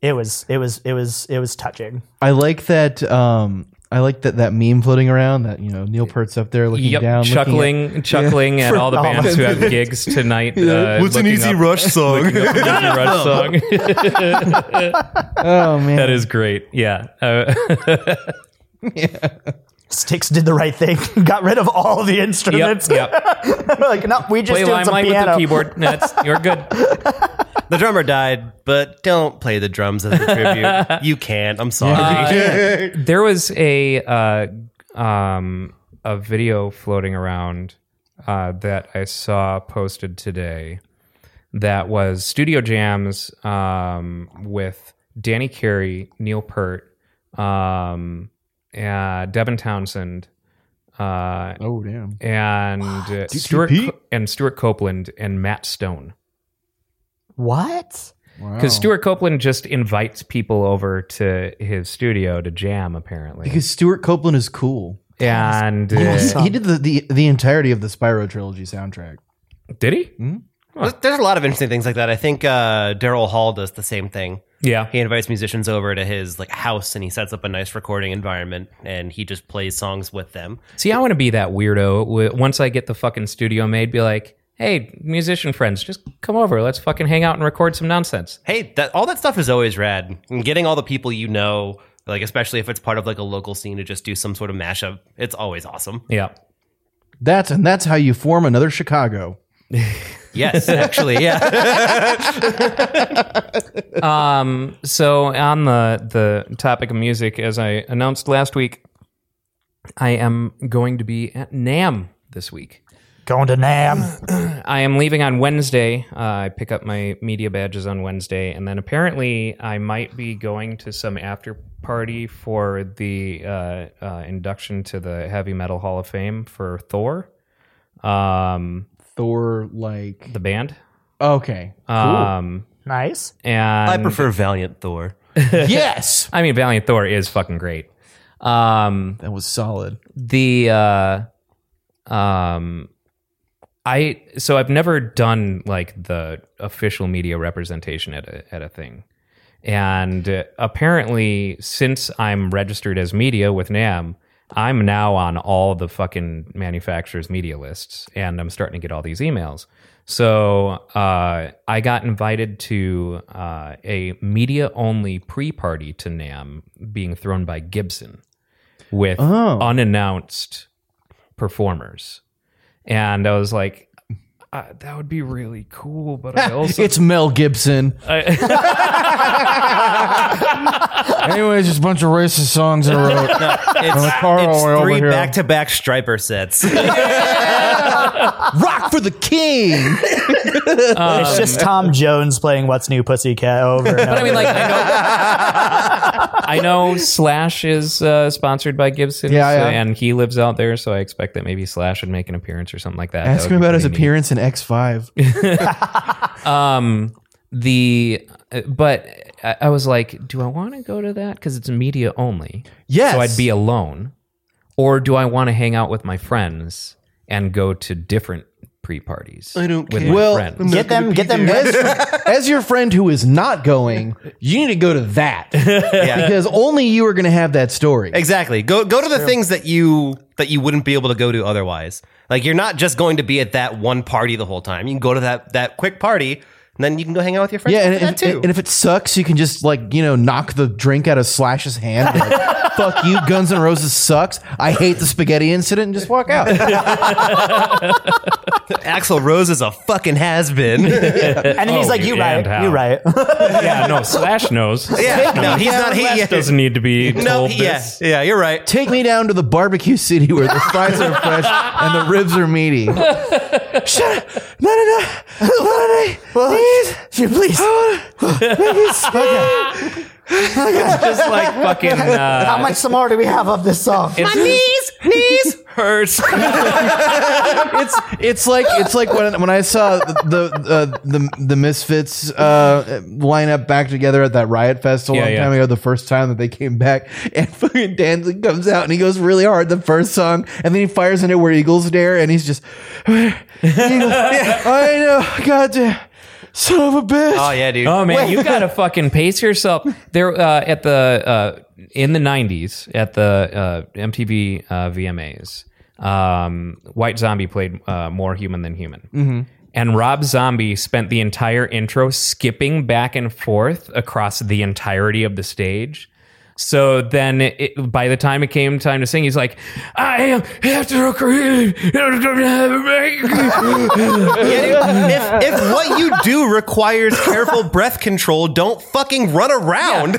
S3: it was it was it was it was touching.
S6: I like that. Um, I like that that meme floating around that you know Neil Pert's up there looking
S5: Yep,
S6: down, looking at-
S5: chuckling, chuckling at all the
S3: all
S5: bands
S3: of
S5: who have gigs tonight. uh, looking up-
S1: rush song?
S5: looking up an easy rush song.
S6: oh man,
S5: that is great. Yeah, uh,
S3: Sticks did the right thing. got rid of all the
S5: yep,
S3: instruments.
S5: yep.
S3: like no, we just
S5: Play
S3: did some
S5: limelight with the
S3: piano.
S5: keyboard. That's you're good.
S1: the drummer died, but don't play the drums as a tribute. you can't. I'm sorry.
S5: There was a uh, um, a video floating around uh, that I saw posted today that was Studio Jams um, with Danny Carey, Neil Peart, um, uh, Devin Townsend, uh,
S6: oh damn,
S5: and uh, Stuart Co- and Stuart Copeland and Matt Stone
S3: What?
S6: wow.
S5: because Stuart Copeland just invites people over to his studio to jam apparently.
S6: because Stuart Copeland is cool.
S5: and
S6: He-
S5: uh,
S6: He, did the, the the entirety of the Spyro trilogy soundtrack.
S5: uh, did he?
S1: There's- There's a lot of interesting things like that. I think uh, Daryl Hall does the same thing.
S5: Yeah.
S1: He invites musicians over to his like house, and he sets up a nice recording environment, and he just plays songs with them.
S5: See, I want to be that weirdo. wi- Once I get the fucking studio made, be like, hey, musician friends, just come over. Let's fucking hang out and record some nonsense.
S1: Hey, that all that stuff is always rad. And getting all the people you know, like especially if it's part of like a local scene, to just do some sort of mashup, it's always awesome.
S5: Yeah.
S6: That's and that's how you form another Chicago.
S1: Yes, actually, yeah.
S5: Um, so on the the topic of music, as I announced last week, I am going to be at NAM this week.
S3: Going to Nam.
S5: I am leaving on Wednesday. Uh, I pick up my media badges on Wednesday, and then apparently I might be going to some after party for the uh, uh, induction to the Heavy Metal Hall of Fame for Thor, um,
S6: Thor, like
S5: the band.
S6: okay,
S5: Um,
S3: Nice.
S5: and
S1: I prefer Valiant Thor.
S6: yes,
S5: I mean, Valiant Thor is fucking great. Um,
S6: that was solid.
S5: the uh um i so i've never done like the official media representation at a, at a thing and uh, apparently since i'm registered as media with nam i'm now on all the fucking manufacturers media lists and i'm starting to get all these emails so uh, i got invited to uh, a media only pre-party to nam being thrown by gibson with
S6: Oh.
S5: unannounced performers, and I was like, uh, that would be really cool, but I also
S6: it's Mel Gibson. Anyways, just a bunch of racist songs I wrote.
S1: It's,
S6: Carl,
S1: it's
S6: we're over
S1: three
S6: here.
S1: back-to-back striper sets.
S6: Rock for the king.
S5: Um,
S3: it's just Tom Jones playing "What's New, Pussycat" over. And over.
S5: I mean, like I know, I know Slash is uh, sponsored by Gibson,
S6: Yeah, yeah.
S5: and he lives out there, so I expect that maybe Slash would make an appearance or something like that. That
S6: Ask
S5: would
S6: him
S5: be
S6: about his
S5: pretty neat.
S6: appearance in X5.
S5: Um, the uh, but I, I was like, do I want to go to that because it's media only?
S6: Yes.
S5: so I'd be alone, or do I want to hang out with my friends and go to different pre parties? I
S6: don't
S5: with
S6: care.
S5: my
S6: Well,
S5: friends?
S3: get them, get them. Lists.
S6: As your friend who is not going, you need to go to that because only you are going to have that story.
S1: Exactly. Go go to the things that you that you wouldn't be able to go to otherwise. Like you're not just going to be at that one party the whole time. You can go to that that quick party, and then you can go hang out with your friends.
S6: Yeah,
S1: Yeah,
S6: and
S1: that
S6: if,
S1: too.
S6: and if it sucks, you can just like you know knock the drink out of Slash's hand. Like, Fuck you, Guns N' Roses sucks. I hate the spaghetti incident, and just walk out.
S1: Axel Rose is a fucking has been. yeah,
S3: And he's like, "You right,
S5: Oh, and how.
S3: you right."
S5: yeah, no, Slash knows.
S1: no, he's not. He yeah.
S5: Slash doesn't need to be told
S1: No, he- yeah,
S5: this.
S1: yeah, you're right.
S6: Take me down to the barbecue city where the fries are fresh and the ribs are meaty. Shut up! No, no, no, no, no, no. Please.
S3: Please,
S5: Just like fucking. Uh,
S3: how much some more do we have of this song?
S5: it's-
S1: Hurts.
S6: It's it's like it's like when when I saw the uh, the the Misfits uh, lineup back together at that Riot Fest a long
S5: Yeah, yeah.
S6: time ago. The first time that they came back, and fucking Danzig comes out and he goes really hard the first song, and then he fires into "Where Eagles Dare," and he's just, Eagles, I know, goddamn, son of a bitch.
S1: Oh yeah, dude.
S5: Oh man, you gotta fucking pace yourself. There uh, at the uh, in the '90s at the uh, MTV uh, VMAs, um, White Zombie played uh, "More Human Than Human," and Rob Zombie spent the entire intro skipping back and forth across the entirety of the stage. So then, it, by the time it came time to sing, he's like, "I am after a
S1: Yeah, dude. if, if what you do requires careful breath control, don't fucking run around.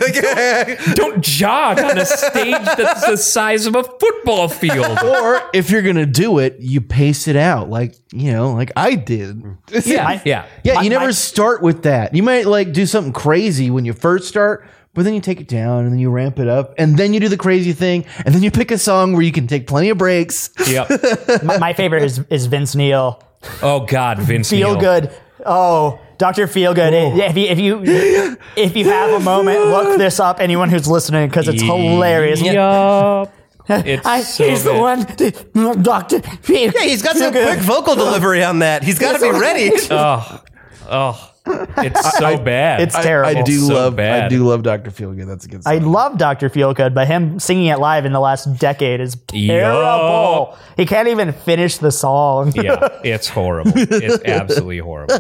S5: Don't jog on a stage that's the size of a football field.
S6: Or if you're gonna do it, you pace it out like you know, like I did.
S5: Yeah, yeah.
S6: Yeah, you never start with that. You might like do something crazy when you first start, but then you take it down and then you ramp it up and then you do the crazy thing and then you pick a song where you can take plenty of breaks.
S5: Yep.
S3: My, my favorite is is Vince Neil.
S5: Oh God, Vince.
S3: Feel
S5: Neil.
S3: good. Oh, Doctor Feel Good. If you if you if you have a moment, look this up. Anyone who's listening, because it's hilarious.
S5: Yup. It's
S3: I,
S5: so
S3: he's
S5: good.
S3: the one, Doctor Feel.
S1: yeah, he's got
S3: Feel
S1: some quick vocal delivery on that. He's got to be ready.
S5: Oh, oh, it's so bad.
S3: It's terrible.
S6: I do
S5: so
S6: love I
S5: bad.
S6: do love Dr. Feelgood. That's a good
S3: I
S6: song.
S3: love Dr. Feelgood, but him singing it live in the last decade is terrible. He can't even finish the song.
S5: yeah, it's horrible. It's absolutely horrible.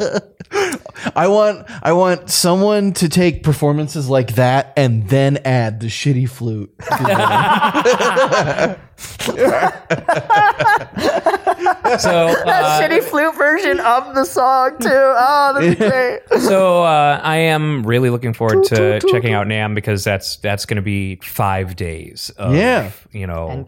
S6: I want I want someone to take performances like that and then add the shitty flute.
S5: So, uh,
S3: Shitty flute version of the song, too. Oh, that's great.
S5: so uh, I am really looking forward to checking out Nam because that's that's going to be five days. Of,
S6: Yeah.
S5: you know.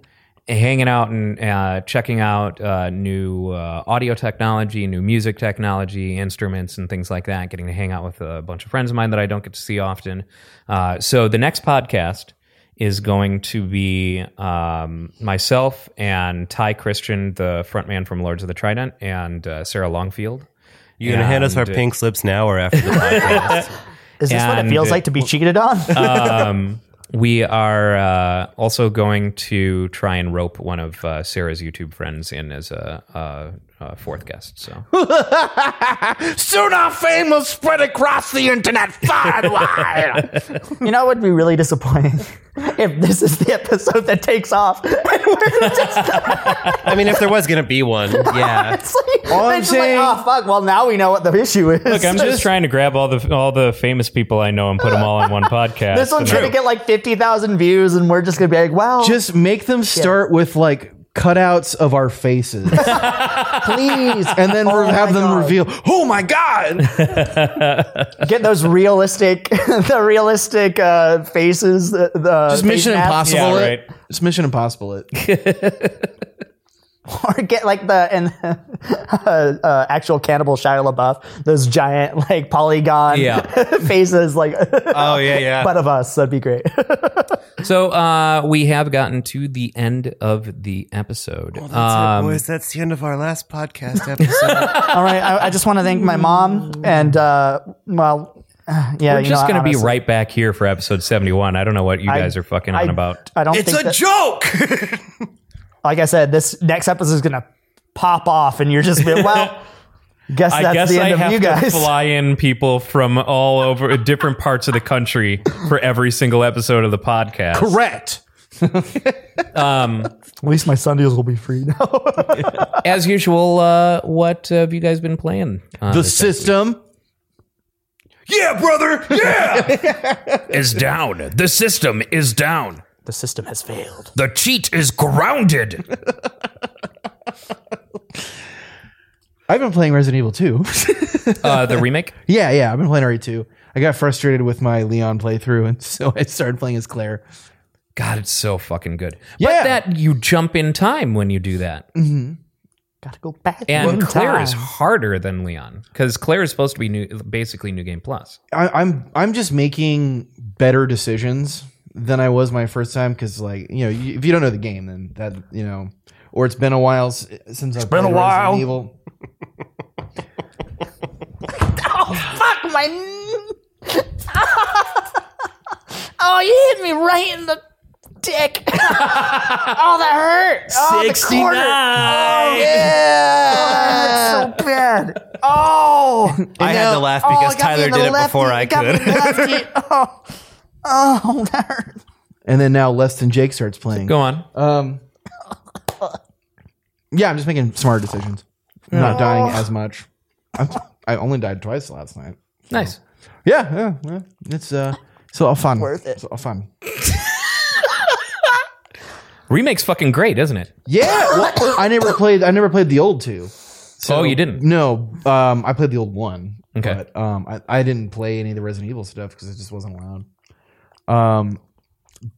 S5: Hanging out and uh, checking out uh, new uh, audio technology, new music technology, instruments, and things like that. Getting to hang out with a bunch of friends of mine that I don't get to see often. Uh, so the next podcast is going to be um, myself and Ty Christian, the frontman from Lords of the Trident, and uh, Sarah Longfield.
S1: You gonna hand us our
S5: And-
S1: pink slips now or after the podcast?
S3: Is this what it
S5: And
S3: feels
S5: it-
S3: like to be cheated on?
S5: um, we are uh, also going to try and rope one of uh, Sarah's YouTube friends in as a, a, a fourth guest. So
S6: Soon our fame will spread across the internet far and wide.
S3: you know, it would be really disappointing if this is the episode that takes off and
S1: I mean, if there was gonna be one, yeah.
S3: It's like,
S6: All I'm
S3: it's just like,
S6: saying-
S3: oh fuck. Well, now we know what the issue is.
S7: Look, I'm just trying to grab all the all the famous people I know and put them all on one podcast.
S3: This one's gonna get like fifty thousand views, and we're just gonna be like, "Well,
S6: Just make them start with like cutouts of our faces, please, and then
S3: Oh
S6: we'll have
S3: my
S6: them
S3: God.
S6: reveal. Oh my god!
S3: get those realistic, the realistic uh, faces." The, the
S6: Just
S3: face
S6: Mission
S3: masks.
S6: Impossible.
S7: Yeah,
S6: it.
S7: right.
S6: Just Mission Impossible. It.
S3: or get like the and uh, uh, actual cannibal Shia LaBeouf, those giant like polygon
S8: Yeah.
S3: faces, like
S1: Oh yeah, yeah.
S3: butt of us. That'd be great.
S7: So uh, we have gotten to the end of the episode. Um,
S1: that's the end of our last podcast episode.
S3: All right, I, I just want to thank my mom and uh, well, yeah,
S7: we're
S3: you
S7: just
S3: know,
S7: going to be
S3: honestly,
S7: right back here for episode 71. I don't know what you guys are fucking on
S3: I-
S7: about.
S3: I don't
S1: it's
S3: think
S1: a
S3: that-
S1: joke.
S3: like I said, this next episode is gonna pop off, and you're just be well. Guess
S7: I
S3: that's
S7: guess
S3: the
S7: I
S3: end of
S7: have
S3: you guys.
S7: to fly in people from all over different parts of the country for every single episode of the podcast.
S6: Correct.
S3: At least my Sundays will be free now.
S7: As usual, uh, what have you guys been playing? Uh,
S6: The system.
S9: Yeah, brother. Yeah.
S5: is down. The system is down.
S3: the system has failed.
S5: The cheat is grounded.
S6: I've been playing Resident Evil 2.
S7: uh, the remake?
S6: yeah, yeah. I've been playing RE2. I got frustrated with my Leon playthrough, and so I started playing as Claire.
S7: God, it's so fucking good.
S6: Yeah.
S7: But that you jump in time when you do that.
S3: Mm-hmm. Gotta go back.
S7: And
S3: in
S7: Claire is
S3: time.
S7: harder than Leon because Claire is supposed to be new, basically New Game Plus.
S6: I, I'm I'm just making better decisions than I was my first time because like you know you, if you don't know the game then that you know or it's been a while s- since I've been
S3: a while.
S6: Evil.
S3: Oh, Fuck my. kn- oh, you hit me right in the dick. oh, that hurt. Oh, the quarter. Oh, yeah. Oh, that's so bad. Oh.
S1: I had to laugh
S3: Oh,
S1: because
S3: it got me
S1: Tyler
S3: in the
S1: did it
S3: left-
S1: before I
S3: got me
S1: could.
S3: in the left ear. oh. oh, that hurt.
S6: And then now less than Jake starts playing.
S7: Go on.
S6: Um, yeah, I'm just making smarter decisions. I'm not dying as much. I'm, I only died twice last night.
S7: Nice.
S6: Yeah, yeah, yeah. It's uh, so all fun. Worth
S3: it.
S6: It's all fun.
S7: Remake's fucking great, isn't it?
S6: Yeah, well, I never played. I never played the old two. So,
S7: oh, you didn't.
S6: No, um, I played the old one.
S7: Okay.
S6: but um, I, I didn't play any of the Resident Evil stuff because it just wasn't allowed. Um,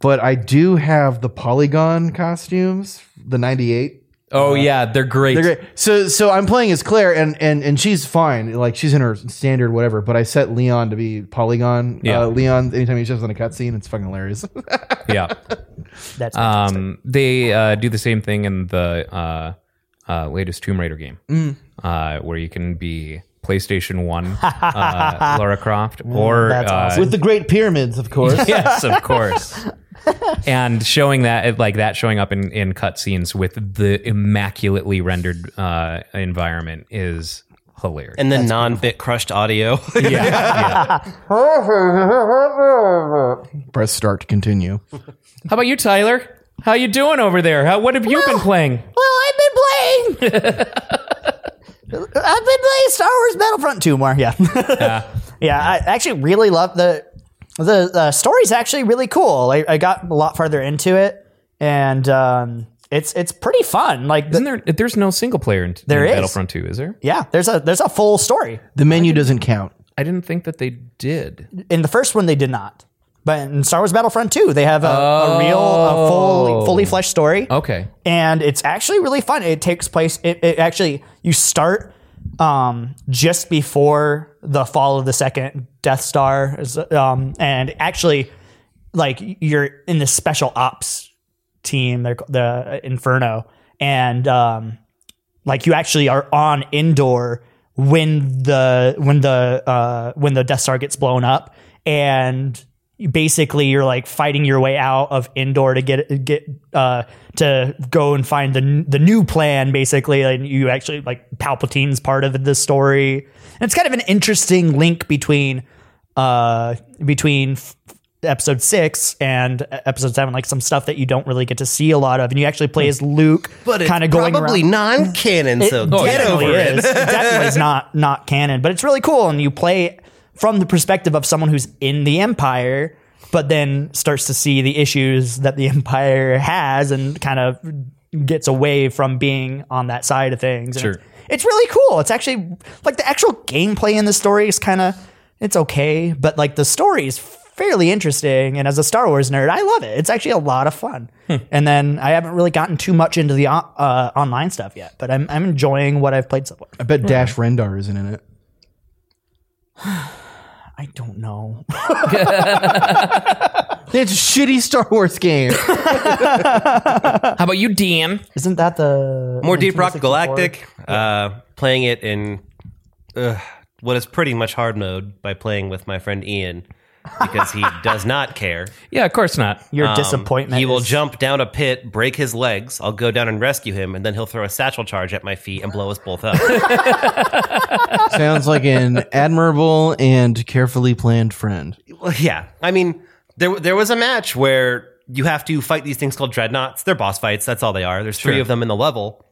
S6: but I do have the polygon costumes, the '98.
S3: Uh,
S7: Oh yeah, they're great.
S6: They're great. So so I'm playing as Claire and and and she's fine. Like she's in her standard whatever. But I set Leon to be Polygon.
S7: Yeah.
S6: Uh, Leon. Anytime he shows on a cutscene, it's fucking hilarious.
S7: Yeah.
S3: That's
S7: Um, they uh, do the same thing in the uh, uh, latest Tomb Raider game,
S3: Mm.
S7: uh, where you can be PlayStation One uh, Lara Croft, or
S3: that's
S7: uh,
S3: awesome.
S6: With the Great Pyramids, of course.
S7: yes, of course. and showing that, like that, showing up in in cutscenes with the immaculately rendered uh, environment is hilarious.
S1: and then non-bit crushed audio.
S6: Press start to continue.
S7: How about you, Tyler? How you doing over there? How, what have you been playing?
S3: Well, I've been playing. I've been playing Star Wars Battlefront 2 more. Yeah. yeah, I actually really love the the uh, story's actually really cool. I, I got a lot farther into it, and um, it's it's pretty fun. Like, the,
S7: Isn't there? There's no single player in,
S3: There
S7: in
S3: is.
S7: Battlefront Two, is there?
S3: yeah, there's a there's a full story.
S6: The menu doesn't count.
S7: I didn't think that they did.
S3: In the first one, they did not, but in Star Wars Battlefront 2, they have a, a real, a full, fully fleshed story.
S7: Okay.
S3: and it's actually really fun. It takes place. It, it actually you start um, just before the fall of the second Death Star, is, um, and actually, like you're in this special ops team, they're, ca- the Inferno, and um, like you actually are on indoor when the when the uh, when the Death Star gets blown up, and you- basically you're like fighting your way out of indoor to get get uh, to go and find the n- the new plan. Basically, and you actually like Palpatine's part of the story, and it's kind of an interesting link between uh, between f- episode six and e, episode seven, like some stuff that you don't really get to see a lot of, and you actually play as Luke,
S1: Hmm. But it's
S3: kind of going
S1: probably
S3: around.
S1: non-canon, so
S3: It
S1: get
S3: definitely
S1: over it.
S3: is. it definitely is not not canon, but it's really cool, and you play from the perspective of someone who's in the Empire, but then starts to see the issues that the Empire has, and kind of gets away from being on that side of things. And
S2: Sure.
S3: It's, it's really cool. It's actually like the actual gameplay in the story is kind of it's okay, but like the story is fairly interesting and as a Star Wars nerd, I love it. It's actually a lot of fun. and then I haven't really gotten too much into the on- uh, online stuff yet, but I'm I'm enjoying what I've played so far.
S6: I bet Dash Rendar isn't in it.
S3: I don't know.
S6: It's a shitty Star Wars game.
S5: How about you, Dan?
S3: Isn't that the
S1: More Deep Rock Galactic. Uh, playing it in uh, what is pretty much hard mode by playing with my friend Ian because he does not care.
S5: Yeah, of course not.
S3: Your
S1: Um,
S3: disappointment.
S1: He will
S3: is-
S1: jump down a pit, break his legs. I'll go down and rescue him, and then he'll throw a satchel charge at my feet and blow us both up.
S6: Sounds like an admirable and carefully planned friend.
S1: Well, yeah. I mean, there there was a match where you have to fight these things called dreadnoughts. They're boss fights. That's all they are. There's three of them in the level.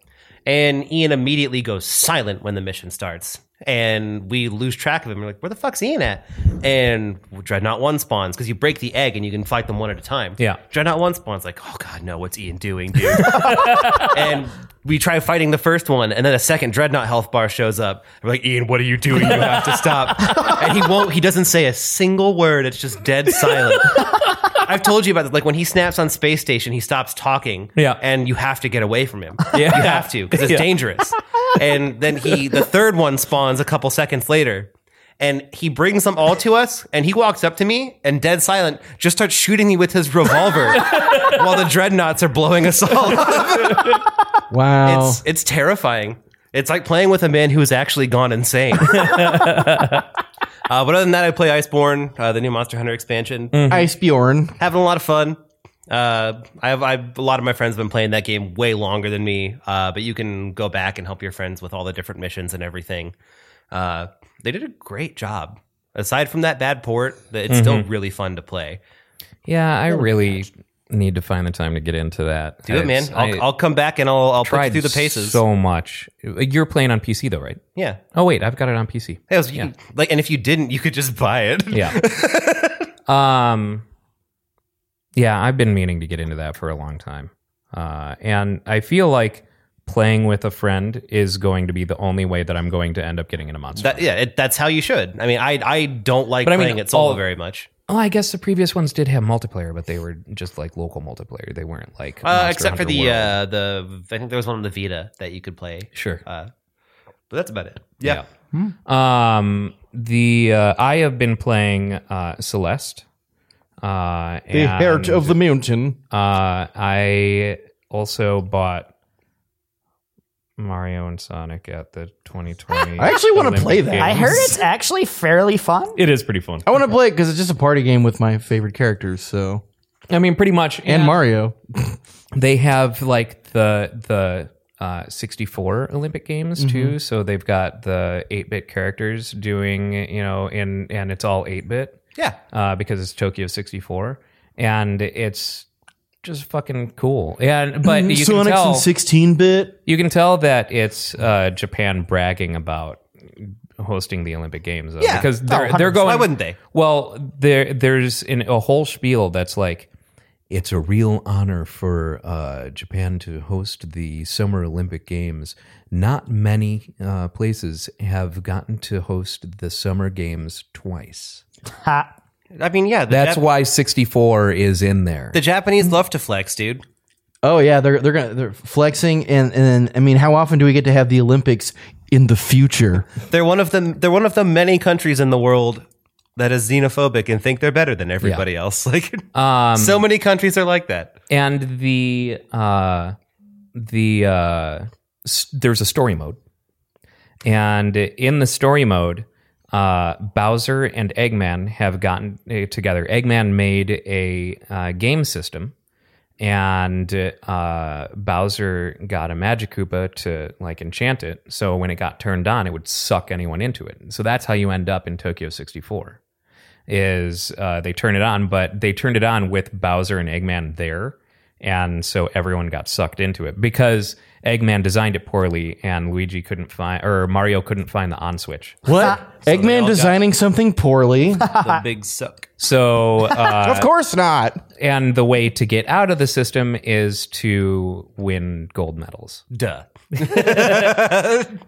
S1: And Ian immediately goes silent when the mission starts. And we lose track of him. We're like, where the fuck's Ian at? And Dreadnought 1 spawns because you break the egg and you can fight them one at a time.
S5: Yeah.
S1: Dreadnought 1 spawns like, oh God, no, what's Ian doing, dude? and we try fighting the first one, and then a second dreadnought health bar shows up. We're like, Ian, what are you doing? You have to stop. and he won't. He doesn't say a single word. It's just dead silent. I've told you about this. Like when he snaps on space station, he stops talking.
S5: Yeah.
S1: and you have to get away from him. Yeah, you have to because it's dangerous. And then he, the third one spawns a couple seconds later. And he brings them all to us, and he walks up to me and dead silent just starts shooting me with his revolver while the dreadnoughts are blowing us all up.
S6: Wow.
S1: It's it's terrifying. It's like playing with a man who has actually gone insane. uh, but other than that, I play Iceborne, uh, the new Monster Hunter expansion.
S6: Ice Bjorn.
S1: Having a lot of fun. Uh, I've, I've a lot of my friends have been playing that game way longer than me. Uh, but you can go back and help your friends with all the different missions and everything. Uh, they did a great job. Aside from that bad port, that it's still really fun to play.
S5: Yeah, I really need to find the time to get into that.
S1: Do it, man.
S5: It's-
S1: I'll, I, will i will come back and I'll, I'll put you
S5: tried
S1: through the paces.
S5: so much. You're playing on PC though, right?
S1: yeah.
S5: Oh wait, I've got it on PC.
S1: It was- you- Like, and if you didn't, you could just buy it.
S5: Yeah. um Yeah, I've been meaning to get into that for a long time. Uh and I feel like playing with a friend is going to be the only way that I'm going to end up getting into Monster.
S1: That, yeah, it, that's how you should. I mean, I I don't like
S5: But I mean,
S1: playing it solo
S5: all-
S1: very much,
S5: oh, I guess the previous ones did have multiplayer, but they were just like local multiplayer. They weren't like
S1: uh,
S5: Monster
S1: except for
S5: Hunter
S1: the
S5: World.
S1: uh, the I think there was one on the Vita that you could play.
S5: Sure.
S1: uh, but that's about it. Yeah,
S5: Um, the uh, I have been playing uh, Celeste. Uh,
S6: The
S5: and,
S6: heart of the mountain.
S5: Uh, I also bought Mario and Sonic at the 2020.
S6: I actually wanna play that.
S3: I heard it's actually fairly fun.
S5: It is pretty fun.
S6: I want to play it because it's just a party game with my favorite characters. So
S5: I mean, pretty much.
S6: and
S5: yeah.
S6: Mario.
S5: they have like the the uh, 64 Olympic Games
S6: Mm-hmm.
S5: too, so they've got the 8-bit characters doing you know in and it's all 8-bit.
S1: Yeah.
S5: uh, because it's Tokyo 64, and it's just fucking cool. And but you can
S6: Mm-hmm. Sonic's
S5: tell
S6: in sixteen bit.
S5: you can tell that it's uh, Japan bragging about hosting the Olympic Games though,
S1: Yeah.
S5: because they're
S1: Oh,
S5: they're going.
S1: why wouldn't they?
S5: Well, there there's an, a whole spiel that's like it's a real honor for uh, Japan to host the Summer Olympic Games. Not many uh, places have gotten to host the Summer Games twice.
S3: Ha.
S1: I mean, yeah, the
S5: That's
S1: Jap-
S5: why 64 is in there.
S1: the Japanese love to flex, dude.
S6: Oh yeah, they're they're gonna they're flexing and and then, I mean, how often do we get to have the Olympics in the future?
S1: They're one of the they're one of the many countries in the world that is xenophobic and think they're better than everybody else. Like,
S5: Um,
S1: so many countries are like that.
S5: and the uh the uh s- there's a story mode and in the story mode uh bowser and eggman have gotten uh, together eggman made a uh, game system and uh, Bowser got a Magic Koopa to like enchant it. So when it got turned on, it would suck anyone into it. So that's how you end up in Tokyo 64. is uh, they turn it on, but they turned it on with Bowser and Eggman there. And so everyone got sucked into it because Eggman designed it poorly and Luigi couldn't find, or Mario couldn't find the on switch.
S6: What? Eggman designing something poorly?
S1: the big suck.
S5: So, uh,
S6: of course not.
S5: and the way to get out of the system is to win gold medals.
S1: Duh.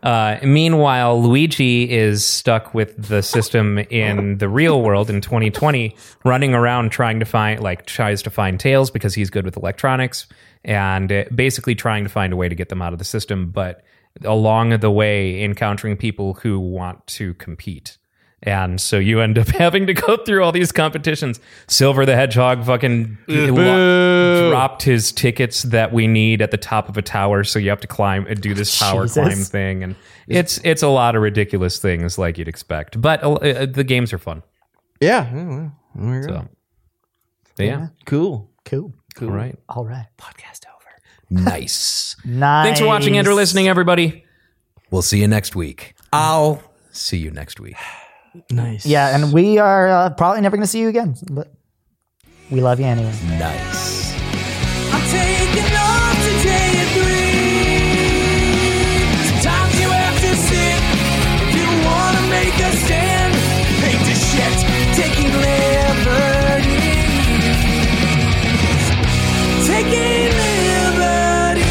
S5: Uh, meanwhile, Luigi is stuck with the system in the real world in 2020, running around trying to find, like, tries to find Tails because he's good with electronics and uh, basically trying to find a way to get them out of the system, but along the way, encountering people who want to compete. And so you end up having to go through all these competitions. Silver the Hedgehog fucking lo- dropped his tickets that we need at the top of a tower, so you have to climb and do this tower
S3: Jesus.
S5: climb thing, and it's it's a lot of ridiculous things like you'd expect. But uh, uh, the games are fun.
S6: Yeah. Mm. yeah, well, there you go.
S5: So yeah,
S6: Cool.
S3: Cool.
S5: all right,
S3: All right.
S5: nice.
S3: Nice.
S5: Thanks for watching and or listening, everybody. We'll see you next week. I'll see you next week.
S6: Nice.
S3: Yeah, and we are uh, probably never going to see you again, but we love you anyway.
S5: Nice.
S10: I'm taking off today and breathe. Sometimes you have to sit if you wanna make a stand. Hate to shit, taking liberties. Taking liberties.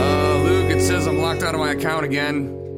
S11: Uh, Luke, it says I'm locked out of my account again.